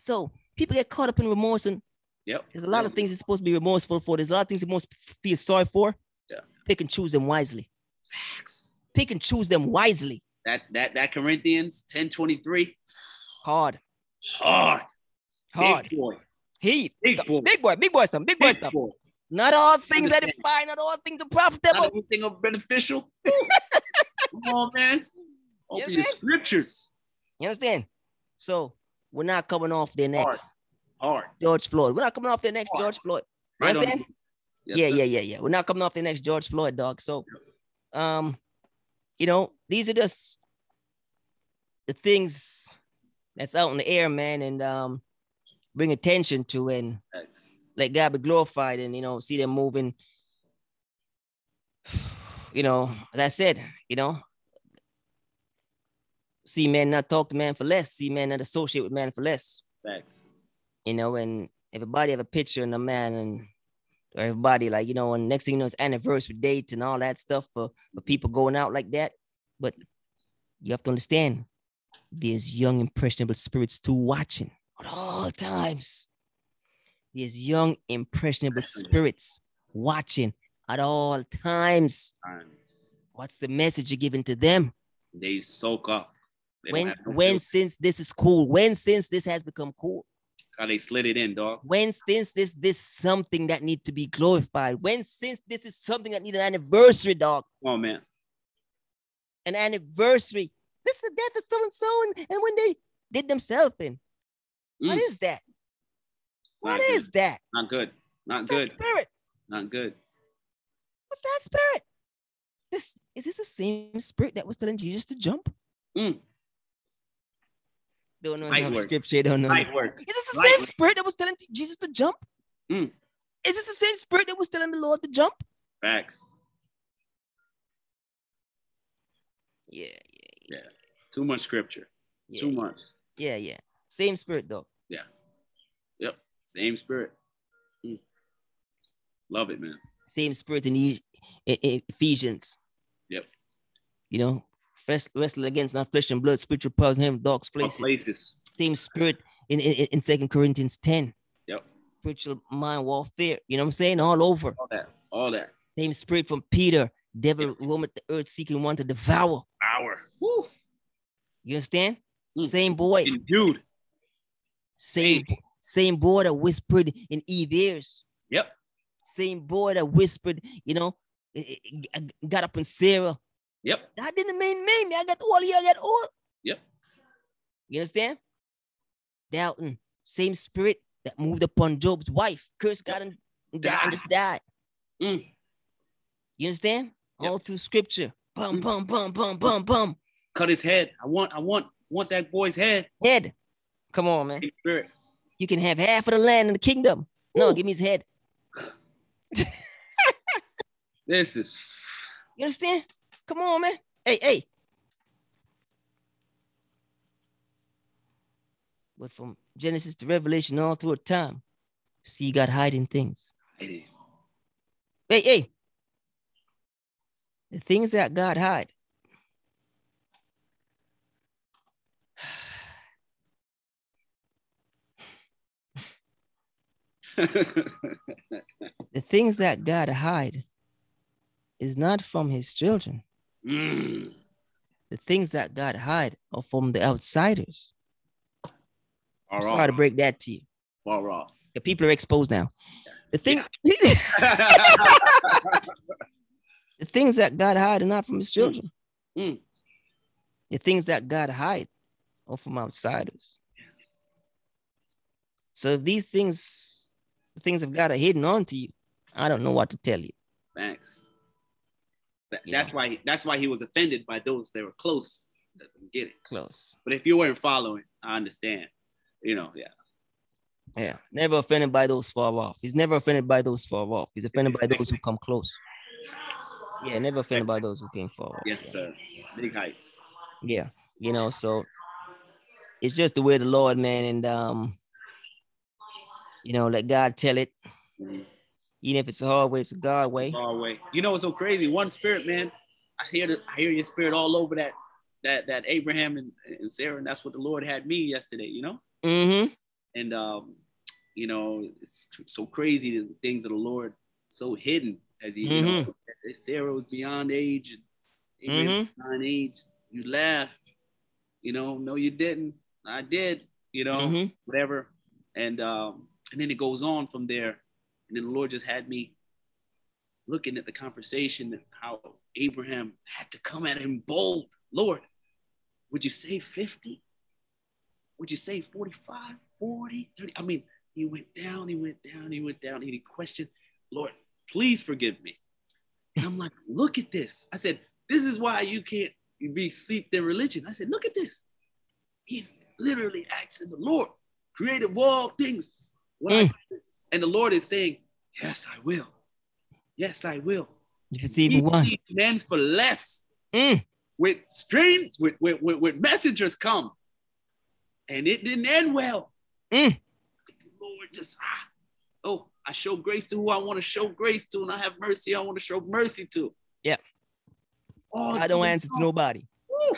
So people get caught up in remorse, and Yep. there's a lot of things they're supposed to be remorseful for. There's a lot of things they're supposed to feel sorry for. Yeah. Pick and choose them wisely. Facts. Pick and choose them wisely. That that that Corinthians 10:23. Hard, Hard. hard. Big boy. Heat. Big boy. Big boy, big boy stuff, big boy Big stuff. boy. Not all things are Understand. defined, not all things are Not profitable. anything of [laughs] beneficial. Come on, man. Open Yes, your man. scriptures. You understand? So we're not coming off their Hard. necks, Hard. George Floyd. We're not coming off their necks, Hard. George Floyd. You Right on. understand? Yes, yeah, sir. yeah, yeah, yeah. We're not coming off the next George Floyd, dog. So, um, you know, these are just the things that's out in the air, man, and um, bring attention to and Facts. let God be glorified, and you know, see them moving. [sighs] You know, that's it. You know, see man not talk to man for less. See man not associate with man for less. Facts. You know, and everybody have a picture and a man and or everybody like you know, and next thing you know, it's anniversary dates and all that stuff for for people going out like that. But you have to understand, there's young impressionable spirits too watching at all times. There's young impressionable Definitely. spirits watching at all times. Times. What's the message you're giving to them? They soak up. They don't when have no when filter. since this is cool? When since this has become cool? how they slid it in, dog. when since this this something that need to be glorified when since this is something that need an anniversary dog Come on, man. an anniversary this is the death of so and so and and when they did themselves in what Mm. is that What Not good. is that Not good. Not what's that good. spirit Not good. what's that spirit this is this the same spirit that was telling jesus to jump Mm. don't know Light enough work. scripture don't know Light enough- work. is this the Light same work. spirit that was telling jesus to jump Mm. Is this the same spirit that was telling the Lord to jump? Facts. Yeah, Too much scripture. yeah, Too yeah, much. yeah, yeah. Same spirit though. Same spirit. Mm. Love it, man. Same spirit in, E- in- in Ephesians. Yep. You know, wrest- wrestle against not flesh and blood, spiritual powers in heaven, dark places. Places. Same spirit in in, in Second Corinthians ten. Yep. Spiritual mind warfare. You know what I'm saying? All over. All that. All that. Same spirit from Peter. Devil roameth the earth seeking one to devour. Power. Woo. You understand? Mm. Same boy. And dude. Same same boy that whispered in Eve ears. Yep. Same boy that whispered, you know, eh, eh, eh, got up on Sarah. Yep. That didn't mean me. me. I got all you. I got all. Yep. You understand? Doubting. Same spirit that moved upon Job's wife. Curse God and, and God and Die. just died. Mm. You understand? Yep. All through scripture. Bum, Mm. bum, bum, bum, bum, bum. Cut his head. I want, I want, want that boy's head. Head. Come on, man. Same spirit. You can have half of the land in the kingdom. No, Ooh. give me his head. This is [laughs] You understand? Come on, man. Hey, hey. But from Genesis to Revelation, all through time, you see God hiding things. hiding. Hey, hey. The things that God hide. The things that God hide is not from his children. [laughs] Mm. The things that God hide are from the outsiders. Far I'm sorry to off. break that to you. Far off. The people are exposed now. The thing, [laughs] the things that God hide are not from his children. Mm. The things that God hide are from outsiders. So if these things, the things of God are hidden onto you, I don't know what to tell you. Thanks. That, Yeah. That's why. That's why he was offended by those that were close. Doesn't get it. Close. But if you weren't following, I understand. You know. Yeah. Yeah. Never offended by those far off. He's never offended by those far off. He's offended by those who come close. Yeah, never offended by those who came far off. Yes, sir. Big heights. yeah you know so it's just the way of the lord man and um you know let god tell it Mhm. even if it's a hard way it's a god way Far away. You know what's so crazy? One spirit, man. I hear the, I hear your spirit all over that that that Abraham and, and Sarah, and that's what the Lord had me yesterday. You know. mm-hmm and um, you know, it's tr- so crazy the things of the Lord so hidden as he, you know, Sarah was beyond age and Abraham was beyond age. You laugh, you know, no, you didn't. I did, you know, Mhm. whatever. And um, and then it goes on from there. And then the Lord just had me looking at the conversation and how Abraham had to come at him bold. Lord, would you say 50? Would you say 45, 40, 30? I mean, he went down, he went down, he went down, and he questioned, Lord, please forgive me. And I'm like, look at this. I said, this is why you can't be seeped in religion. I said, look at this. He's literally asking the Lord, created of all things. What I Mm. this. And the Lord is saying, Yes, I will. Yes, I will. if it's even We one need men for less. Mm. With strange, with, with, with, with messengers come. And it didn't end well. Mm. The Lord just, ah, oh, I show grace to who I want to show grace to, and I have mercy I want to show mercy to. Yeah. Oh, i don't answer to nobody Woo,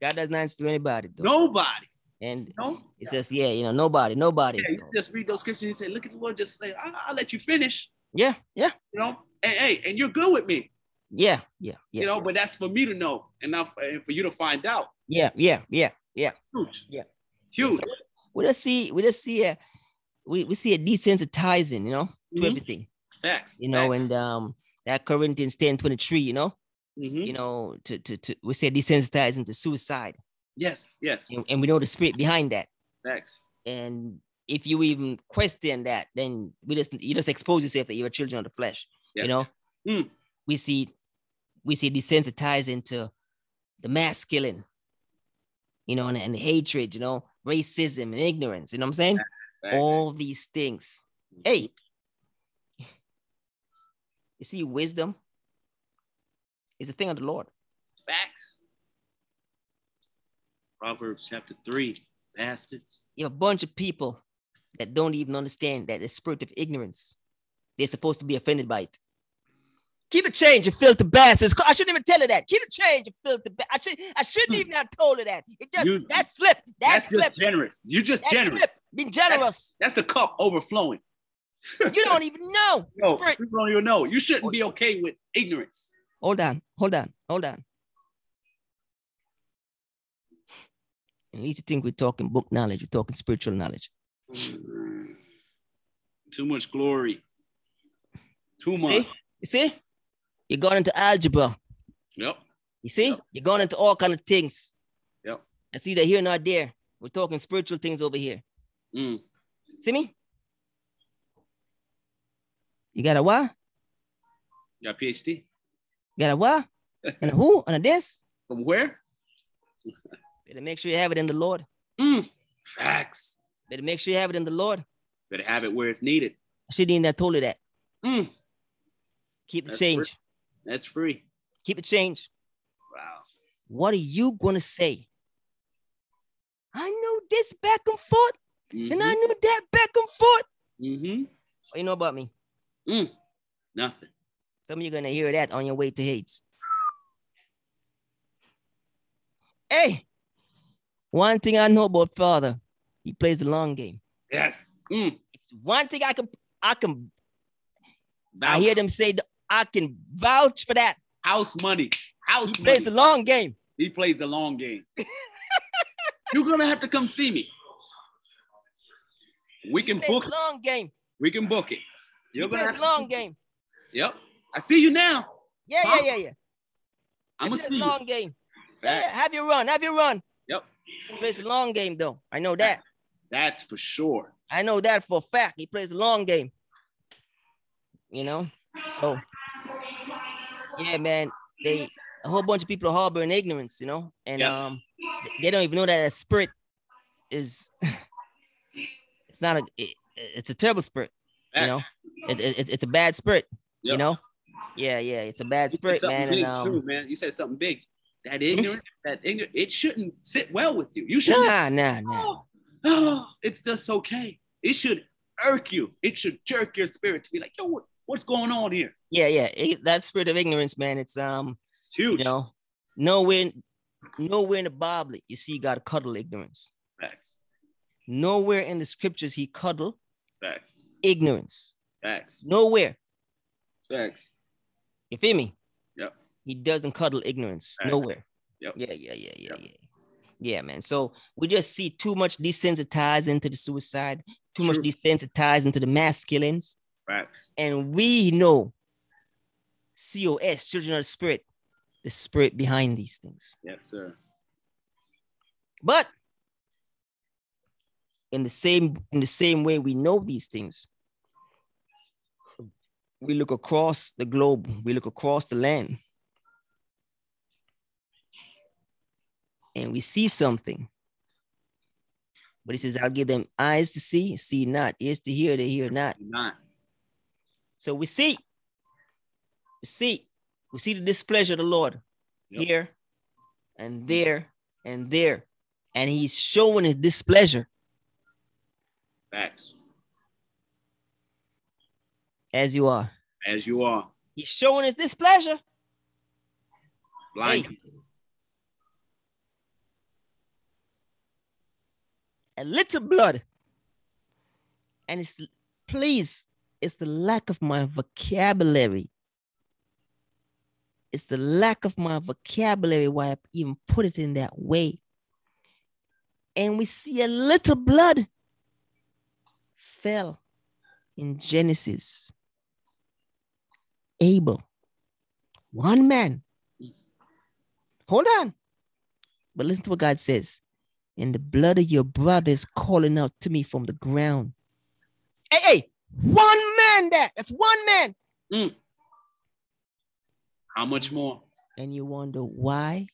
god doesn't answer to anybody though. nobody. and No. it's just yeah you know nobody nobody Yeah, is you though. just read those scriptures and say, look at the Lord, just say, I- I'll let you finish, yeah yeah you know, and hey, and you're good with me, yeah yeah yeah you know, but that's for me to know and not for, and for you to find out. yeah yeah yeah Huge. Yeah. Huge. we just see we just see a we, we see a desensitizing you know to Mhm. everything Facts. you know and um that corinthians ten twenty three, you know Mm-hmm. you know, to, to, to we say desensitizing to suicide. Yes, yes. And, and we know the spirit behind that. Facts. And if you even question that, then we just you just expose yourself that you're children of the flesh. Yeah. You know, Mm. we see we see desensitizing to the mass killing, you know, and, and hatred, you know, racism and ignorance, you know what I'm saying? Facts. Mm-hmm. All these things. Hey, You see, wisdom is a thing of the Lord. Facts. Proverbs chapter three, bastards. You have a bunch of people that don't even understand that the spirit of ignorance. They're supposed to be offended by it. Keep the change, you filthy bastards. I shouldn't even tell her that. Keep the change, you filthy ba- I should I shouldn't even have told her that. It just Hmm. You- that slipped. That That's, slipped. just generous. You're just That generous. slipped. Being generous. That's a cup overflowing. you don't even know. [laughs] No, Spirit you don't even know. You shouldn't be okay with ignorance. Hold on, hold on, hold on. At least you think we're talking book knowledge, we're talking spiritual knowledge. Mm. Too much glory. Too See? much. You see? You're going into algebra. Yep. You see? Yep. You're going into all kind of things. Yep. I see that here, not there. We're talking spiritual things over here. Mm. See me? You got a what? You got PhD? You got [laughs] a what? And a who? And a this? From where? Better make sure you have it in the Lord. Mm. Facts. Better make sure you have it in the Lord. Better have it where it's needed. I shouldn't even have told you that. Mm. Keep the That's change. right. That's free. Keep the change. Wow. What are you gonna say? I knew this back and forth, and I knew that back and forth. Mm-hmm. What you know about me? Nothing. Some of you gonna hear that on your way to Hates. Hey, one thing I know about Father, he plays the long game. Yes. Mm. It's one thing I can I can I Vouch. hear them say th- I can vouch for that. House money. House money. He plays the long game. he plays the long [laughs] game. You're gonna have to come see me. We He can plays book. the long game. We can book it. He You're gonna plays have the to- long game. Yep. I see you now. Yeah, yeah, Huh? yeah, yeah. I'm gonna He plays see the you. long game. Yeah, That- have your run, have your run. Yep. He plays the long game though. I know that. that's for sure. I know that for a fact. He plays a long game. You know? So yeah, man. They a whole bunch of people are harboring ignorance, you know, and Yep. um they don't even know that a spirit is [laughs] it's not a it- it's a terrible spirit, you know. It, it, it's a bad spirit, you Yep. know. Yeah, yeah, it's a bad You said spirit, something man. big And um, Mm-hmm. too, man. You said something big. That ignorant, that ignorant, it shouldn't sit well with you. You should. [laughs] nah, nah, nah. Oh, oh, [gasps] it's just okay. It should irk you. It should jerk your spirit to be like, yo, what, what's going on here? Yeah, yeah. It, that spirit of ignorance, man. It's um, It's huge. you know, nowhere, nowhere in the Bible you see God cuddle ignorance. Facts. Nowhere in the scriptures he cuddle Facts. ignorance. Facts. Nowhere. Facts. You feel me? Yep. He doesn't cuddle ignorance. Right. Nowhere. Yep. Yeah, yeah, yeah, yeah, Yep. yeah. Yeah, man. So we just see too much desensitized into the suicide, too much True. desensitized into the mass killings. Facts. And we know COS, children of the spirit, the spirit behind these things. Yes, sir. But in the same in the same way we know these things, we look across the globe, we look across the land, and we see something. But he says, I'll give them eyes to see, see not, ears to hear, they hear not. Not. So we see, we see, we see the displeasure of the Lord Yep. here and there and there. And he's showing his displeasure Facts. as you are. As you are. He's showing his displeasure. Blind. Hey. A little blood. And it's, please, it's the lack of my vocabulary. It's the lack of my vocabulary why I even put it in that way. And we see a little blood fell in Genesis. Abel, one man. Hold on. But listen to what God says. And the blood of your brother is calling out to me from the ground. Hey, hey, one man that. That's one man. How much more? And you wonder why.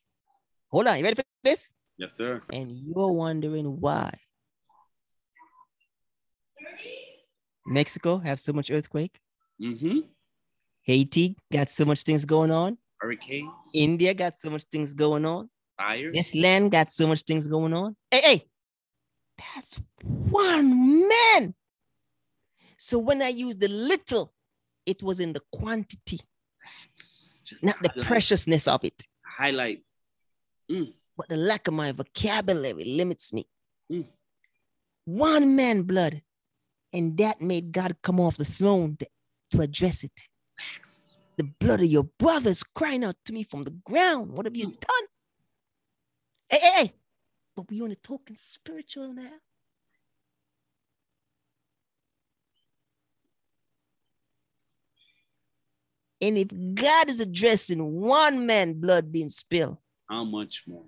Hold on. You ready for this? Yes, sir. And you're wondering why. Mexico have so much earthquake. Mm-hmm. Haiti got so much things going on. Hurricanes, India got so much things going on. fires. This land got so much things going on. Hey, hey, that's one man. So when I used the little, it was in the quantity, Just not the highlight- preciousness of it. Highlight. But the lack of my vocabulary limits me. Mm. One man blood. And that made God come off the throne to, to address it. The blood of your brothers crying out to me from the ground. What have you Mm. done? Hey, hey, hey. But we only talking spiritual now. And if God is addressing one man blood being spilled, How much more?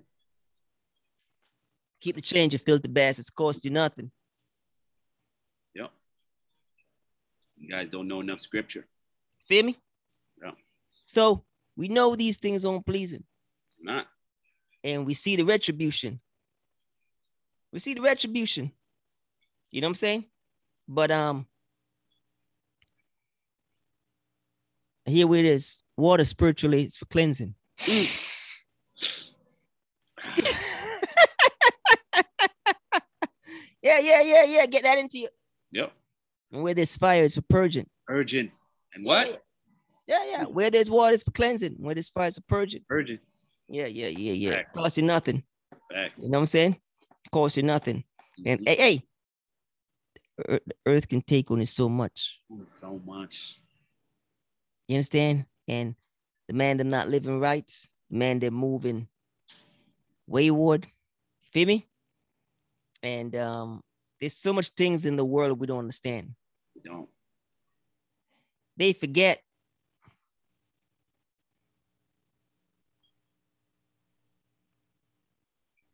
Keep the change, you filthy bastards. Cost you nothing. Yep. You guys don't know enough scripture. Feel me? Yeah. So we know these things aren't pleasing, Not and we see the retribution. We see the retribution. You know what I'm saying? But um, here it is. Water spiritually is [laughs] for cleansing. Mm. yeah, yeah, yeah, yeah. Get that into you. yep. And where there's fire is for purging. Urgent. And what? Yeah, yeah. Where there's water, it's for cleansing. Where there's fire, it's for purging. Urgent. Yeah, yeah, yeah, yeah. Facts. Cost you nothing. Facts. You know what I'm saying? Cost you nothing. And Mhm. hey, hey, the ear- the earth can take only so much. So much. You understand? And the man that not living right, the man that moving wayward. Feel me? And um, there's so much things in the world we don't understand. We don't. they forget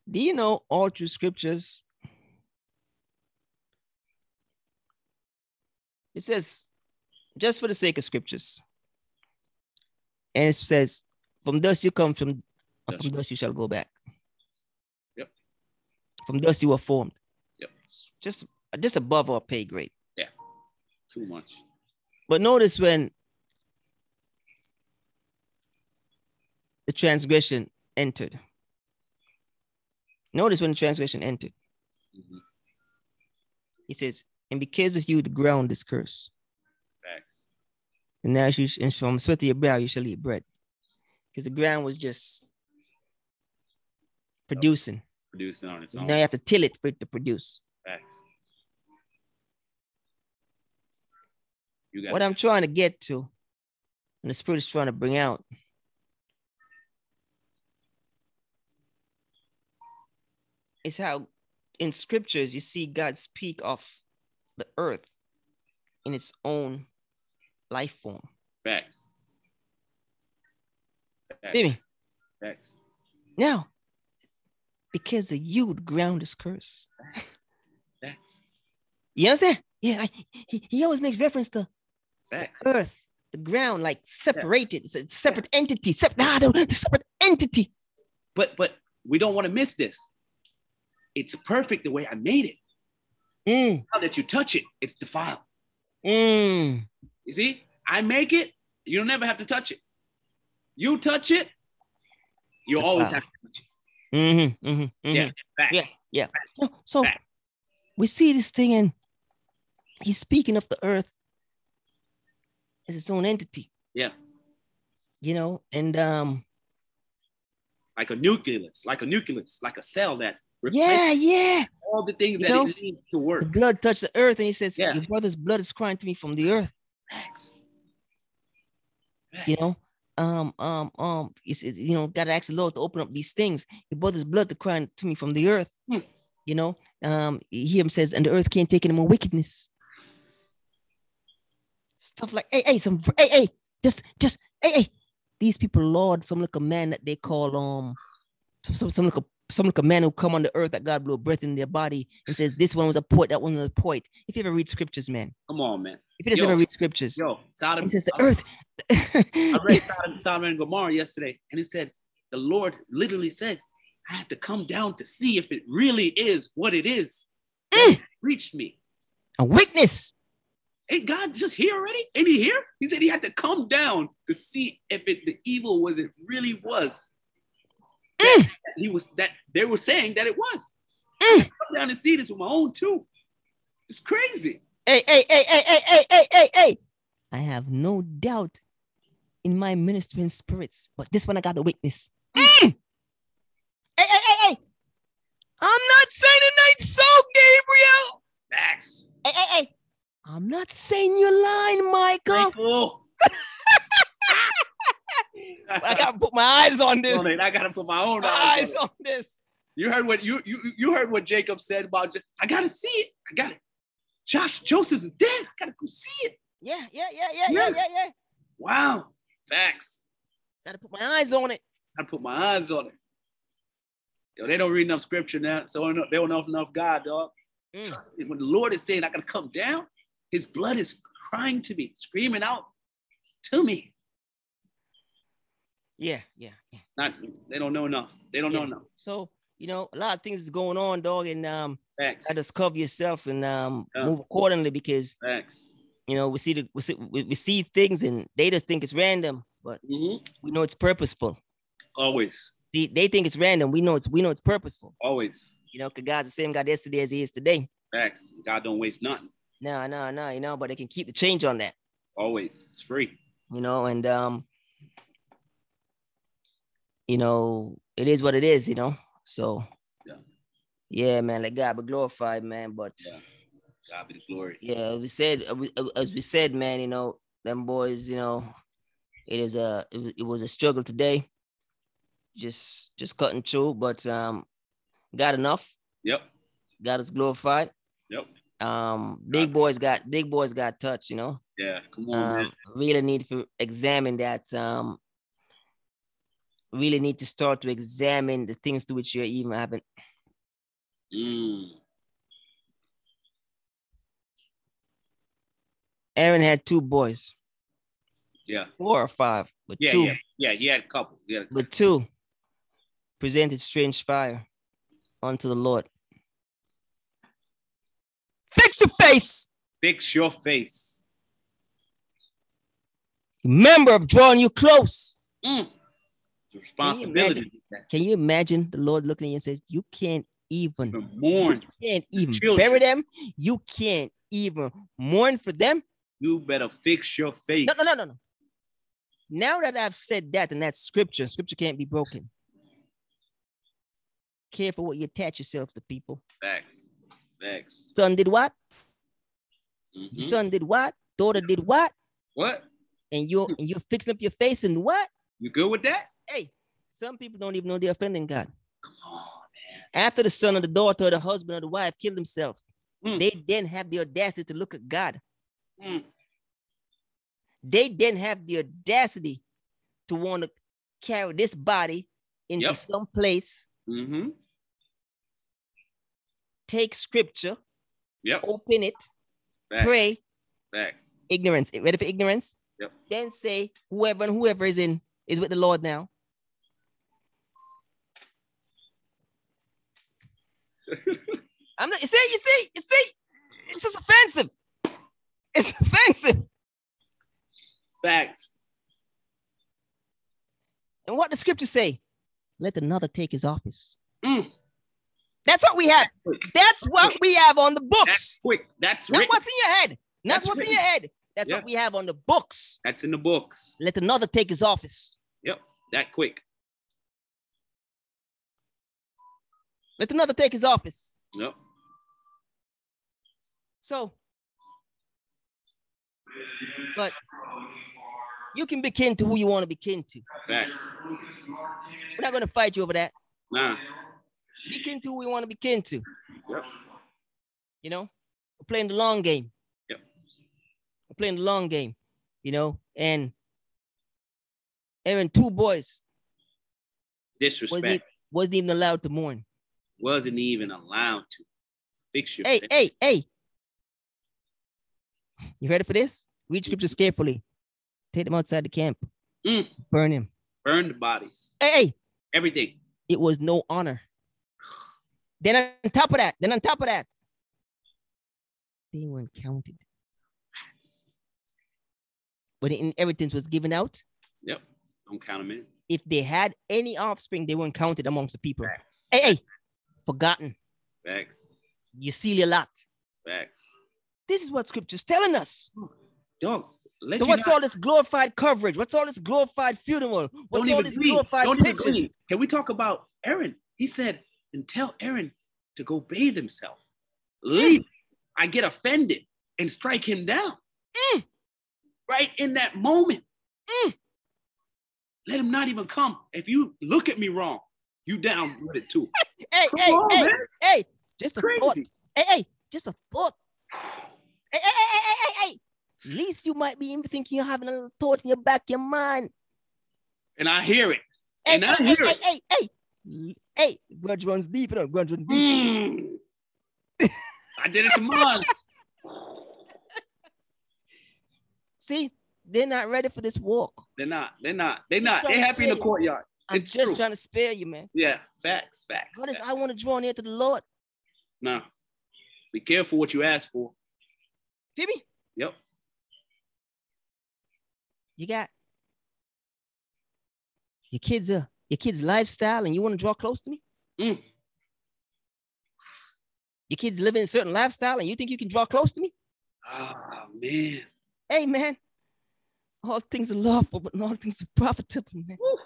do you know all true scriptures it says just for the sake of scriptures and it says from dust you come from and from Dust. dust you shall go back Yep. from dust you were formed Yep. just just above our pay grade Too much. but notice when the transgression entered. Notice when the transgression entered. Mhm. He says, And because of you, the ground is cursed. Facts. And now you sh- and from the sweat of your brow you shall eat bread. Because the ground was just producing. Producing on its own. Now you have to till it for it to produce. Facts. You got What I'm trying to get to, and the spirit is trying to bring out, is how in scriptures you see God speak of the earth in its own life form. facts. Facts. Baby, Facts. now, because of you, the ground is cursed. Facts. You understand? Yeah, like he, he always makes reference to Facts. earth, the ground, like separated. It's a separate entity, separate, ah, the- the separate entity. But but we don't want to miss this. It's perfect the way I made it. Mm. Now that you touch it, it's defiled. Mm. You see, I make it, you'll never have to touch it. You touch it, you'll always have Defiled. to touch it. Mm-hmm, mm-hmm, Yeah, Facts. yeah, yeah. So, so Fact. we see this thing, and he's speaking of the earth as its own entity. Yeah. You know, and um, Like a nucleus, like a nucleus, like a cell that yeah, yeah. all the things You that know? it needs to The work. blood touched the earth, and he says, Yeah. "Your brother's blood is crying to me from the earth." Facts. You Facts. know, um, um, um, it's, it's, you know, gotta ask the Lord to open up these things. Your brother's blood to crying to me from the earth. Hmm. You know, um, he him says, and the earth can't take any more wickedness. Stuff like, hey, hey, some, hey, hey, just, just, hey, hey, these people, Lord, some like a man that they call, um, some, some, some like a, some like a man who come on the earth that God blew breath in their body and says, this one was a poet, that one was a poet. If you ever read scriptures, man, Come on, man. if you just Yo. ever read scriptures, Yo, Sodom. it says the I- earth. I read Sodom, Sodom and Gomorrah yesterday, and it said, the Lord literally said, I had to come down to see if Mm. it really is what it is that reached me. a witness. Ain't God just here already? Ain't he here? He said he had to come down to see if it the evil was it really was. Mm. That he was that they were saying that it was. Mm. Come down and see this with my own two. It's crazy. hey, hey, hey, hey, hey, hey, hey, hey, hey. I have no doubt in my ministering spirits, but this one I got to witness. Mm. Hey, hey, hey, hey. I'm not saying it ain't so, Gabriel. Facts. Hey, hey, hey. I'm not saying you're lying, Michael. Michael. [laughs] I got to put my eyes on this. Ah, Hold it, I gotta put my own eyes. on eyes it. on this. You heard what you, you you heard what Jacob said about. Ja- I gotta see it. I got it. Josh Joseph is dead. I gotta go see it. Yeah, yeah, yeah, yeah, yeah, Yeah. yeah, yeah. Wow. Facts. Got to put my eyes on it. I put my eyes on it. Yo, they don't read enough scripture now, so they don't- they don't know enough God, dog. Mm. So when the Lord is saying, I gotta come down, his blood is crying to me, screaming out to me. Yeah, yeah, yeah. Not they don't know enough. They don't know Yeah. enough. So, you know, a lot of things is going on, dog, and um, Facts. I discover yourself and um, Yeah. move accordingly because Facts. you know we see the we see, we, we see things and they just think it's random, but Mhm. we know it's purposeful. Always. They, they think it's random. We know it's we know it's purposeful. Always. You know, because God's the same God yesterday as He is today. Facts. God don't waste nothing. No, no, no, you know, but they can keep the change on that. Always. It's free. You know, and um, you know, it is what it is. You know, so Yeah. yeah, man, let God be glorified, man. But Yeah. God be the glory. yeah, we said uh, we- uh, as we said, man. You know, them boys. You know, it is a it, wa- it was a struggle today. Just just cutting through, but um, got enough. Yep. God is glorified. Yep. Um, big Right. boys got big boys got touch. You know, Yeah. Come on, man. um, really need to examine that. Um, really need to start to examine the things to which you're even having. Mm. Aaron had two boys, Yeah. four or five, but Yeah. two. Yeah. Yeah. He had a couple. Yeah. But two presented strange fire unto the Lord. Fix your face. Fix your face. Remember of drawing you close. Mm. It's a responsibility. Can you imagine the Lord looking at you and says, You can't even To mourn. can't even children. bury them. You can't even mourn for them. You better fix your face. No, no, no, no, no. Now that I've said that and that's scripture, scripture can't be broken. Care for what you attach yourself to, people. Facts. Facts. Son did what? Mhm. Son did what? Daughter did what? What? and you're Hmm. and you're fixing up your face and what? You good with that? Hey, some people don't even know they're offending God. Come on. After the son or the daughter or the husband or the wife killed himself, Mm. they didn't have the audacity to look at God. Mm. They didn't have the audacity to want to carry this body into Yep. some place, Mm-hmm. take scripture, Yep. open it, Facts. pray, Facts. ignorance. Ready for ignorance? Yep. Then say, whoever and whoever is in is with the [laughs] Lord now. I'm not. You see, you see, you see. It's just offensive. It's offensive. Facts. And what the scriptures say? Let another take his office. Mm. That's what we have. That's what we have on the That's books. quick. That's Not written. what's in your head. Not That's what's in written. your head. That's Yeah. what we have on the books. That's in the books. Let another take his office. Yep. That quick. Let another take his office. Yep. So, but you can be kin to who you want to be kin to. Facts. We're not going to fight you over that. Nah. Be kin to who you want to be kin to. Yep. You know, we're playing the long game. Yep. We're playing the long game. You know, and Aaron, two boys wasn't, Disrespect. e- wasn't even allowed to mourn. Wasn't even allowed to fix your Hey, face. hey, hey! You ready for this? Read scriptures carefully. Take them outside the camp. Mm. Burn him. Burn the bodies. Hey, hey! Everything. it was no honor. Then on top of that, then on top of that, they weren't counted. but in everything was given out. Yep. Don't count them in. If they had any offspring, they weren't counted amongst the people. Facts. Hey, hey, forgotten. Facts. You seal your lot. Facts. This is what scripture's telling us. Dog. Let So you what's not- all this glorified coverage? What's all this glorified funeral? What's all this bleed. glorified Don't even pictures? bleed. Can we talk about Aaron? He said, and tell Aaron to go bathe himself. Mm. Leave. I get offended and strike him down. Mm. Right in that moment. Mm. Let him not even come. If you look at me wrong, you down with it too. Hey, Come hey, on, hey, man. hey, just a thought. Crazy. Hey, hey, just a thought. Hey, hey, hey, hey, hey, hey, hey. At least you might be even thinking you're having a little thought in your back of your mind. And I hear it. Hey, And I hey, hey, hear hey, it. hey, hey, L- hey, grudge runs deep, you know, grudge runs deep. Mm. [laughs] I did it to mine. [laughs] See, they're not ready for this walk. They're not. They're not. They're Just not. trying They're to happy in the stay. courtyard. I'm It's just true. trying to spare you, man. Yeah. Facts. Facts. God is, facts. I want to draw near to the Lord. No. Be careful what you ask for. Feel me? Yep. You got your kids, uh, your kids' lifestyle, and you want to draw close to me? Mm. Your kids living a certain lifestyle, and you think you can draw close to me? Oh man. Hey, man, all things are lawful, but not all things are profitable, man. Woo.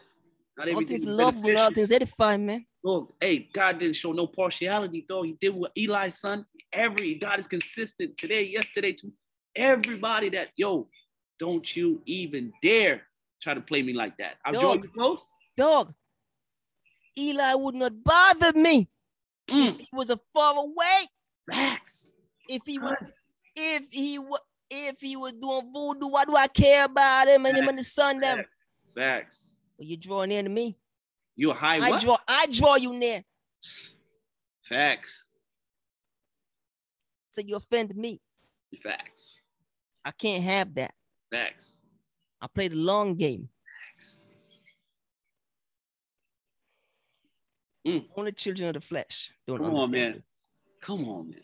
Not All everything things is are lawful, not all beneficial. things edify, man. Look, hey, God didn't show no partiality, though. He did with Eli's son. Every God is consistent today, yesterday, to everybody that yo, don't you even dare try to play me like that. I'm Dog. drawing you close. Dog, Eli would not bother me. Mm. He was a far away. Facts. If he was, Cuz. if he was, if he was doing voodoo, why do I care about him and him and his son? Them, Facts. Facts. but you draw near to me. You a high I what? draw, I draw you near. Facts. So you offend me. Facts. I can't have that. Facts. I play the long game. Facts. Only children of the flesh don't Come on, understand man. this. Come on, man.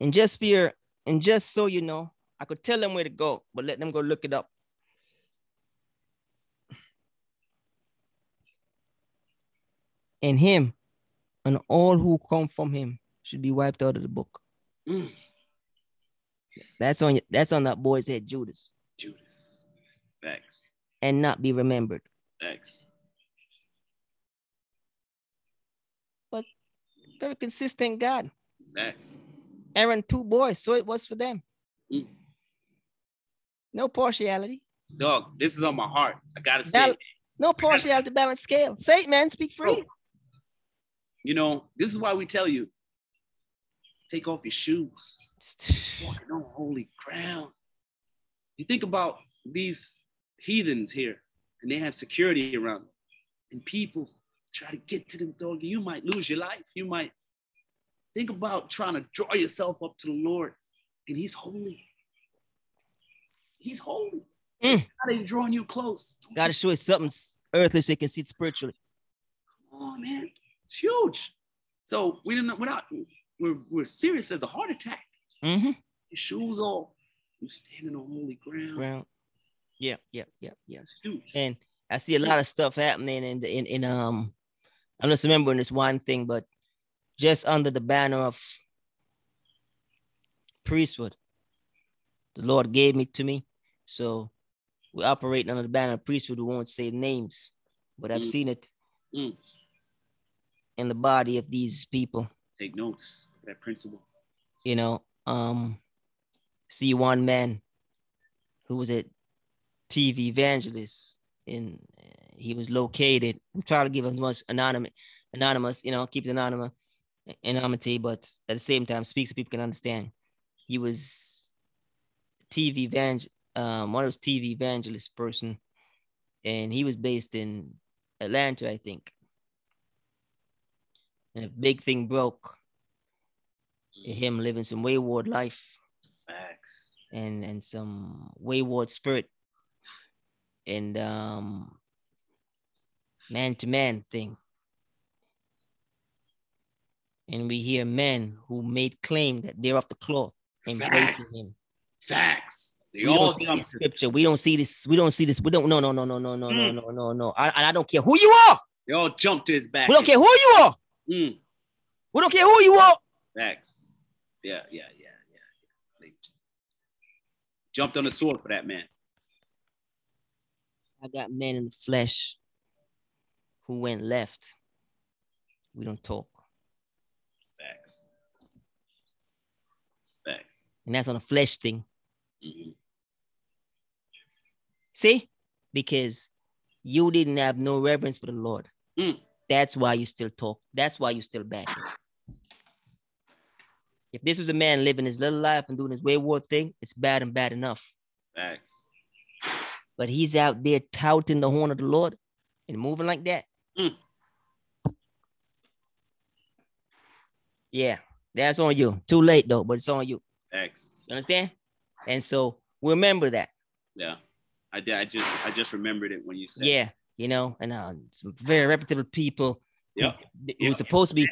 And just fear, and just so you know, I could tell them where to go, but let them go look it up. And him and all who come from him should be wiped out of the book. Mm. That's on that's on that boy's head, Judas, Judas. Facts. and not be remembered. Facts. Very consistent God. Facts. Aaron, two boys, so it was for them. Mm. No partiality. Dog, this is on my heart. I gotta say, Val- it. No partiality balance scale. Say it, man. Speak Bro, free. you know, this is why we tell you take off your shoes, walking on holy ground. You think about these heathens here, and they have security around them, and people try to get to them, dog. You might lose your life. You might think about trying to draw yourself up to the Lord, and He's holy. He's holy. Mm. God ain't drawing you close. Don't Got to show it something s- earthly so you can see it spiritually. Oh man, it's huge. So we didn't. We're not. We're we're serious as a heart attack. Mm-hmm. Your shoes off. You standing on holy ground. Well, yeah, yeah, yeah, yeah. It's huge. And I see a lot of stuff happening in the- in in um. I'm just remembering this one thing, but just under the banner of priesthood, the Lord gave me to me. So we operate under the banner of priesthood. We won't say names, but I've Mm. seen it Mm. in the body of these people. Take notes. That principle. you know, um, see one man who was a TV evangelist, and uh, he was located. I'm trying to give as much anonymous, anonymous, you know, keep it anonymous, anonymity, but at the same time, speak so people can understand. He was TV evangel, um, one of those TV evangelist person, and he was based in Atlanta, I think. And a big thing broke him living some wayward life Facts. and and some wayward spirit and um man to man thing and we hear men who made claim that they're off the cloth embracing him Facts. They We all don't see jumped. this scripture. We don't see this. We don't see this. We don't. No, no, no, no, no, no, no, Mm. no, no, no. I, and I don't care who you are. They all jumped to his back. We don't care who you are. Mm, We don't care who you are. facts. Yeah, yeah, yeah, yeah. They jumped on the sword for that man. I got men in the flesh who went left. We don't talk, Facts. Facts. and that's on a flesh thing. Mhm. See, because you didn't have no reverence for the Lord. Mm. That's why you still talk. That's why you still back. If this was a man living his little life and doing his wayward thing, it's bad and bad enough. Facts. But he's out there touting the horn of the Lord and moving like that. Mm. Yeah, that's on you. Too late though, but it's on you. Facts. You understand? And so remember that. Yeah. I did. I just I just remembered it when you said Yeah, you know, and uh, some very reputable people Yeah. th- Yeah. who's supposed to be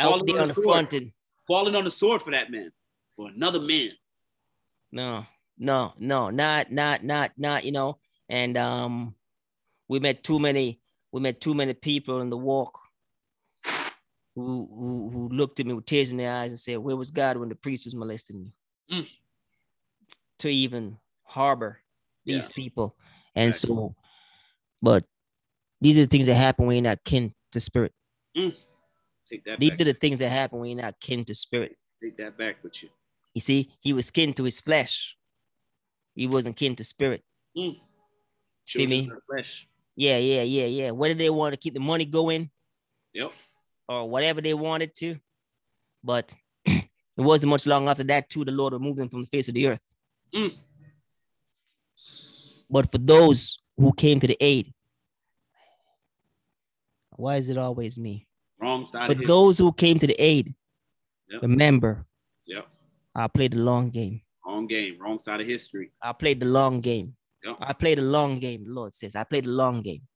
Follow out there the on the sword. front and Falling on the sword for that man. For another man. no, no, no, not, not, not, not, you know. And um, we met too many, we met too many people in the walk who who, who looked at me with tears in their eyes and said, "Where was God when the priest was molesting me?" Mm. To even harbor Yeah. these people, and Exactly. so, but these are the things that happen when you're not kin to spirit. Take that These back. are the things that happen when you're not kin to spirit. Take that back with you. You see, he was kin to his flesh. He wasn't kin to spirit. See Mm. Children me? of Flesh. Yeah, yeah, yeah, yeah. Whether they want to keep the money going Yep. or whatever they wanted to, but [clears throat] it wasn't much long after that too. The Lord removed them from the face of the earth. Mm. But for those who came to the aid, why is it always me? Wrong side of But his. those who came to the aid, Yep. remember, Yep. I played the long game. Wrong game. Wrong side of history. I played the long game. Yep. I played the long game. The Lord says, I played the long game.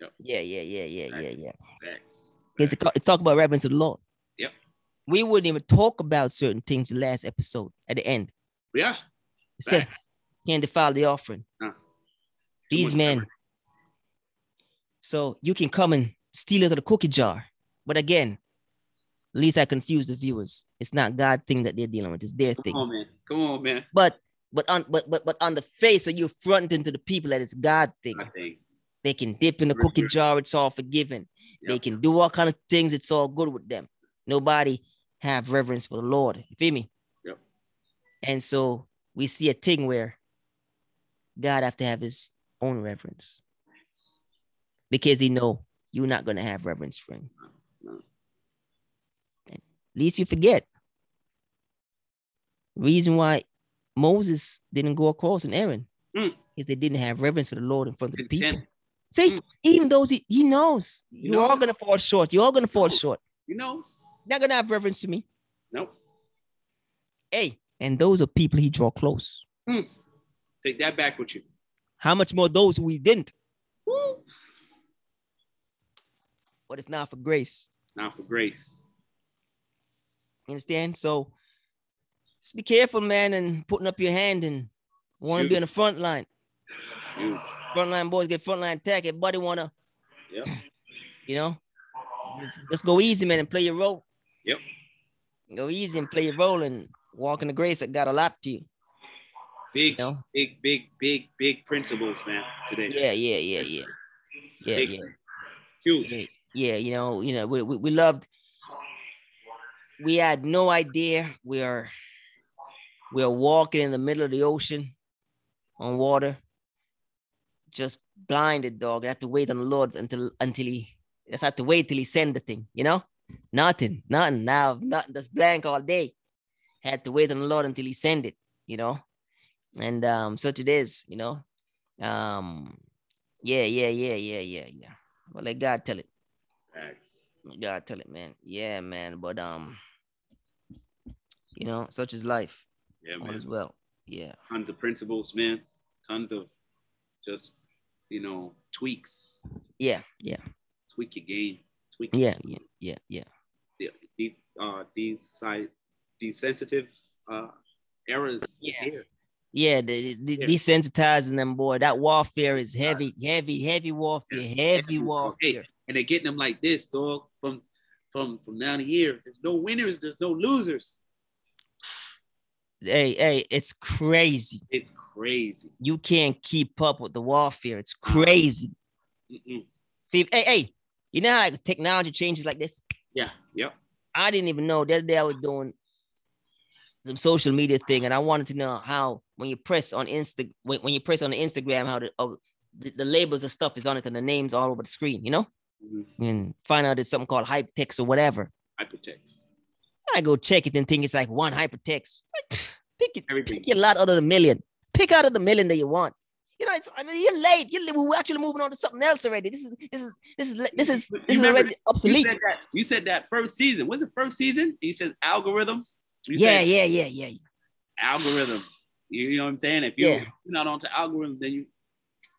Yep. Yeah, yeah, yeah, yeah, yeah, Exactly. yeah. Facts. Because it, co- it talk about reverence to the Lord. Yep. We wouldn't even talk about certain things the last episode at the end. Yeah. It said, can't defile the offering. Huh. These much men. reverence. So you can come and steal out of the cookie jar. But again, at least I confuse the viewers. It's not God thing that they're dealing with, it's their Come thing. on, man. Come on, man. But but on but but but on the face of you fronting to the people that it's God thing. I think. They can dip in the For cookie sure. jar, it's all forgiven. They Yep. can do all kind of things, it's all good with them. Nobody have reverence for the Lord. You feel me? Yep. And so we see a thing where God have to have his own reverence because he know you're not gonna have reverence for him. No, no. At least you forget. Reason why Moses didn't go across and Aaron Mm. is they didn't have reverence for the Lord in front of the people. Content. See, Mm. even those he, he knows He you're all knows. gonna fall short. You're all gonna fall knows. short. You knows. You're not gonna have reverence to me. Nope. Hey, and those are people he draw close. Take that back with you. How much more those who he didn't? Woo. What if not for grace? Now for grace. You understand? So just be careful, man, and putting up your hand and want to be Shoot. on the front line. You. Frontline boys get frontline attack. Everybody wanna, Yep. [clears throat] you know, just, just go easy, man, and play your role. Yep. Go easy and play your role and walk in the grace that God allowed to you. You Big, know? big, big, big, big principles, man. Today. Yeah, yeah, yeah, yeah. Yeah, Big, yeah. Huge. yeah, yeah, you know, you know, we, we, we loved. We had no idea we are we are walking in the middle of the ocean on water, just blinded, dog. I have to wait on the Lord until until he just have to wait till he send the thing, you know? Nothing, nothing. Now nothing just blank all day. Had to wait on the Lord until he send it, you know. And um, such it is, you know. Um, yeah, yeah, yeah, yeah, yeah, yeah. Well, let God tell it. Facts. God tell it, man. Yeah, man. But um, you know, such is life. Yeah, All man. is well. Yeah. Tons of principles, man. Tons of just, you know, tweaks. Yeah. Yeah. Tweak your game. Tweak Yeah. Yeah. Yeah. Yeah. the, the uh these side these sensitive uh errors is Yeah. here. Yeah, the, the, Yeah. desensitizing them, boy. That warfare is heavy, heavy, heavy warfare, heavy Every- warfare. and they're getting them like this, dog. From from from down here, there's no winners, there's no losers. Hey, hey, it's crazy. It's crazy. You can't keep up with the warfare. It's crazy. Mm-mm. Hey, hey, you know how technology changes like this? Yeah, yep. I didn't even know the other day I was doing some social media thing, and I wanted to know how when you press on Insta when, when you press on the Instagram how the, oh, the the labels of stuff is on it and the names all over the screen, you know, Mhm. and find out it's something called hypertext or whatever. Hypertext. I go check it and think it's like one hypertext. Like, [sighs] pff, pick it, Everything. pick your lot out of the million. Pick out of the million that you want. You know, it's, I mean, you're late. You're, li- we're actually moving on to something else already. This is this is this is le- this is You this is remember- already obsolete. You said that, you said that first season. Was it first season? You said algorithm. You Yeah, said yeah, yeah, yeah. algorithm. You, you know what I'm saying? If you, Yeah. you're not onto algorithm, then you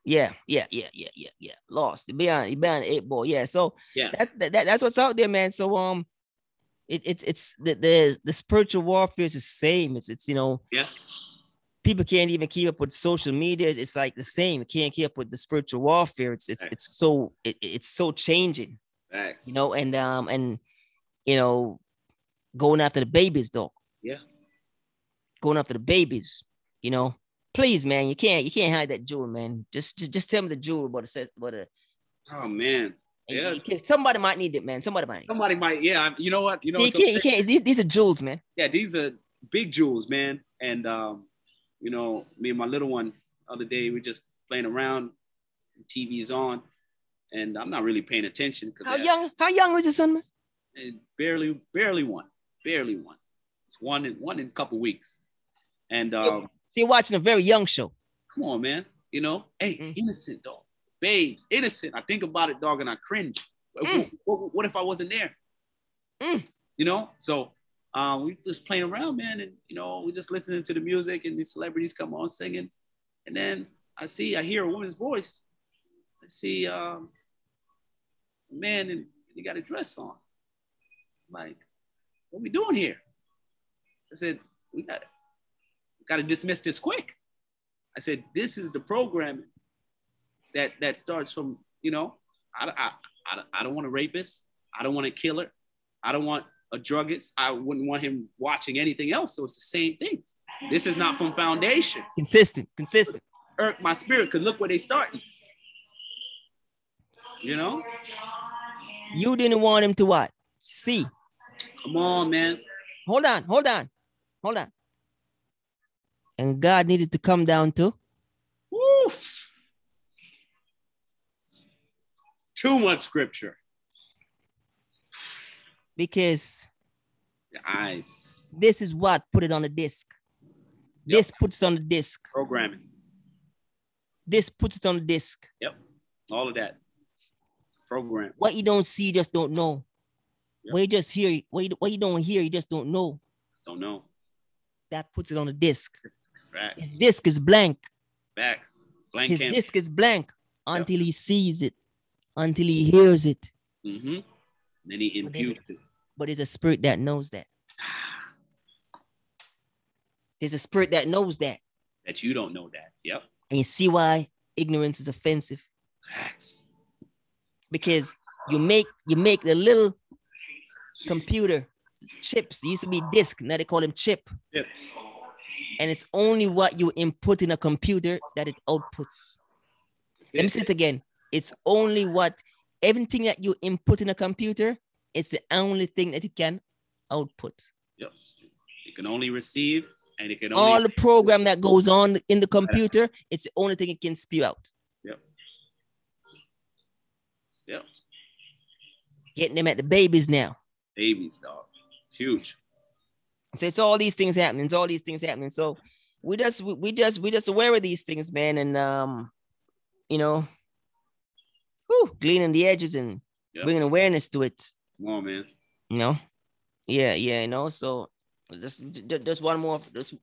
Yeah, yeah, yeah, yeah, yeah, yeah. Lost beyond beyond the eight ball. Yeah, so Yeah. that's that, that- that's what's out there, man. So um, it, it's it's the the the spiritual warfare is the same. It's it's you know Yeah. People can't even keep up with social media. It's- It's like the same. You can't keep up with the spiritual warfare. It's it's Right. it's so it, it- it's so changing, facts. you know. And um and you know, going after the babies, dog. Yeah. Going after the babies, you know. Please, man, you can't you can't hide that jewel, man. Just just, just tell me the jewel about the about the Oh man, and Yeah. you can't- Somebody might need it, man. Somebody might. Need it. somebody might. Yeah, I- you know what? You know See, what you I'm can't. You saying? can't. These, these are jewels, man. Yeah, these are big jewels, man. And um, you know, me and my little one the other day we were just playing around. TV's on, and I'm not really paying attention How because young? How young was your son? Man? barely, barely one, barely one. It's one in one in a couple weeks, and Yo. um, So you're watching a very young show. come on, man. You know, hey, Mm. innocent dog, babes, innocent. I think about it, dog, and I cringe. What- Mm. What, what if I wasn't there? Mm. You know, so um, we just playing around, man, and you know, we just listening to the music, and these celebrities come on singing, and then I see, I hear a woman's voice. I see um, a man, and he got a dress on. I'm like, what we doing here? I said, we got got to dismiss this quick. I said, this is the programming that that starts from, you know, I, I, I, I don't want a rapist. I don't want a killer. I don't want a druggist. I wouldn't want him watching anything else. So it's the same thing. This is not from foundation. Consistent. Consistent. Irk my spirit because look where they starting. You know, You didn't want him to what? See. come on, man. Hold on. Hold on. Hold on. And God needed to come down to Woof. Too much scripture. because The eyes this is what put it on the disc. Yep. This puts it on the disc. programming. This puts it on the disc. all of that program. What you don't see, you just don't know. Yep. What you just hear, what you, what you don't hear, you just don't know. Don't know. That puts it on the disc. Facts. His disc is blank. Facts. Blank His can't. disc is blank until he sees it, until he hears it. Mm-hmm. Then he But there's- imputes it. But there's a spirit that knows that. Ah, There's a spirit that knows that. [sighs] That you don't know that. Yep. And you see why ignorance is offensive Facts. because you make you make the little computer chips. It used to be disc, now they call them chip. Yep. And it's only what you input in a computer that it outputs. That's Let me it. say it again. It's only what everything that you input in a computer, it's the only thing that it can output. Yep. It can only receive and it can only. all the program that goes on in the computer, it's the only thing it can spew out. Yep. Yep. Getting them at the babies now. babies, dog. Huge. So it's all these things happening. It's all these things happening. So we just we, we just we just aware of these things, man. And um, you know, whew, gleaning the edges and Yep. bringing awareness to it. Come on, man. You know. Yeah, yeah, you know. So just ju- just one more, just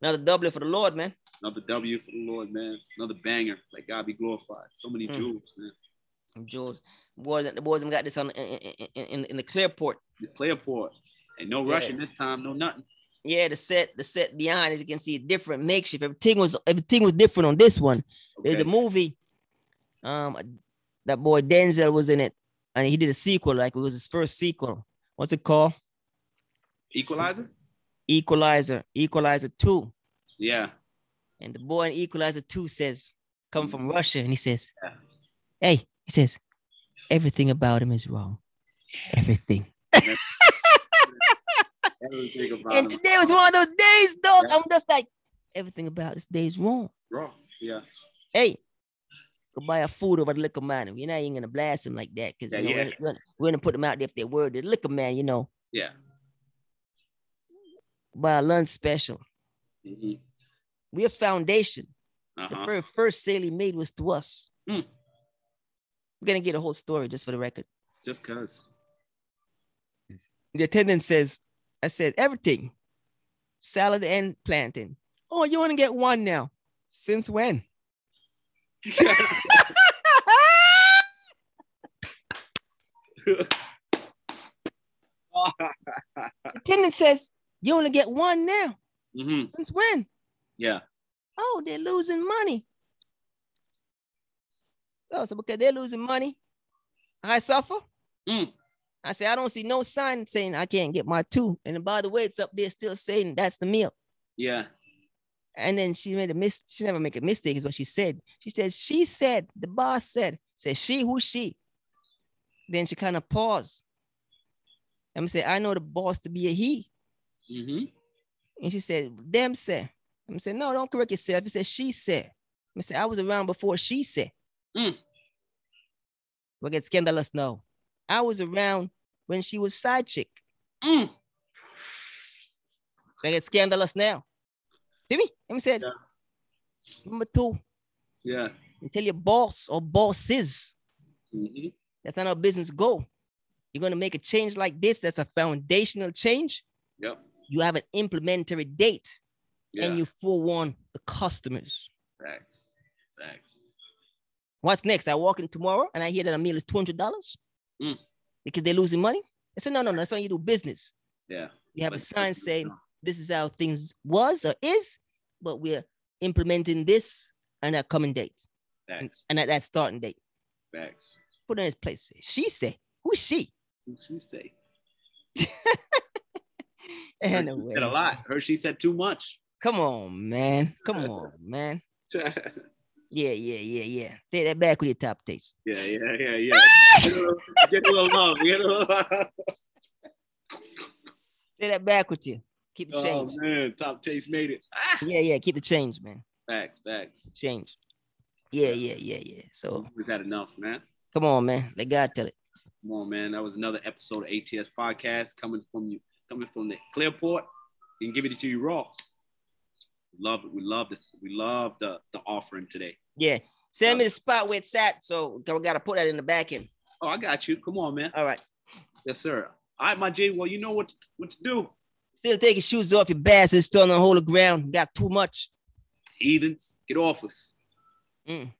another doublet for the Lord, man. Another W for the Lord, man. Another banger. Like God be glorified. So many Mm. jewels, man. Jules, boys, the boys, them got this on in, in, in the Clearport. The Clearport. And no Yeah. rushing this time, no nothing. Yeah, the set, the set behind, as you can see, different makeshift. Everything was everything was different on this one. There's a Okay. movie. Um, that boy Denzel was in it, and he did a sequel. Like it was his first sequel. What's it called? Equalizer? Equalizer. Equalizer Two. Yeah. And the boy in Equalizer Two says, "Come from Russia," and he says, "Hey," he says, "Everything about him is wrong. Everything." Everything about And him today was one of those days, dog. Yeah. I'm just like, everything about this day is wrong. wrong. Yeah. hey, go buy a food over the liquor man. You're not even gonna blast him like that because Yeah, you know, yeah. we're, gonna, we're gonna put them out there if they're worried. The liquor man, you know, Yeah. buy a lunch special. hmm We're a foundation. The Uh-huh. very first sale he made was to us. Mm. We're gonna get a whole story just for the record. Just cause. [laughs] The attendant says, I said everything, salad and plantain. Oh, you wanna get one now? Since when? [laughs] attendant says, you only get one now. hmm Since when? Yeah. Oh, they're losing money. Oh, so because they're losing money, I suffer. Mm. I say I don't see no sign saying I can't get my two. And by the way, it's up there still saying that's the meal. Yeah. And then she made a mistake. She never make a mistake, is what she said. She said she said the boss said said she who she. Then she kind of paused. And say I know the boss to be a he. hmm And she said, them said. I'm saying, no, don't correct yourself. You said, she said. I said, I was around before she said. Mm. We'll get scandalous now. I was around when she was side chick. Mm. We'll get scandalous now. See me? I said, Yeah. number two, Yeah. and tell your boss or bosses, hmm that's not how business go. You're going to make a change like this. That's a foundational change. Yep. You have an implementary date Yeah. and you forewarn the customers. Facts. Facts. What's next? I walk in tomorrow and I hear that a meal is two hundred dollars Mm. because they're losing money. I said, no, no, no. That's how you do business. Yeah. You have a Let's sign take it saying down. this is how things was or is, but we're implementing this on that coming date Facts. and at that starting date. Facts. Put it in its place. She said, "Who's she?" What'd she say? Hershey Anyway, said a lot. Hershey said too much. Come on, man. Come on, man. yeah, Yeah, yeah, yeah, yeah. Take that back with your top taste. yeah, yeah, yeah. Get a little- Get a little love. Get a little love. Take that back with you. Keep the Oh change. man, Top Chase made it. Ah! yeah, yeah. Keep the change, man. Facts, facts. Change. Yeah, yeah, yeah, yeah. So We've had enough, man. Come on, man. Let God tell it. Come on, man. That was another episode of ATS Podcast coming from you, coming from the Clearport and giving it to you raw. Love it. We love this. We love the the offering today. Yeah. Send me the spot where it's at. So we gotta put that in the back end. Oh, I got you. Come on, man. All right. Yes, sir. All right, my J. Well, you know what to, what to do. Still take your shoes off, your bass is still on the holy ground. Got too much. Heathens, get off us. Mm.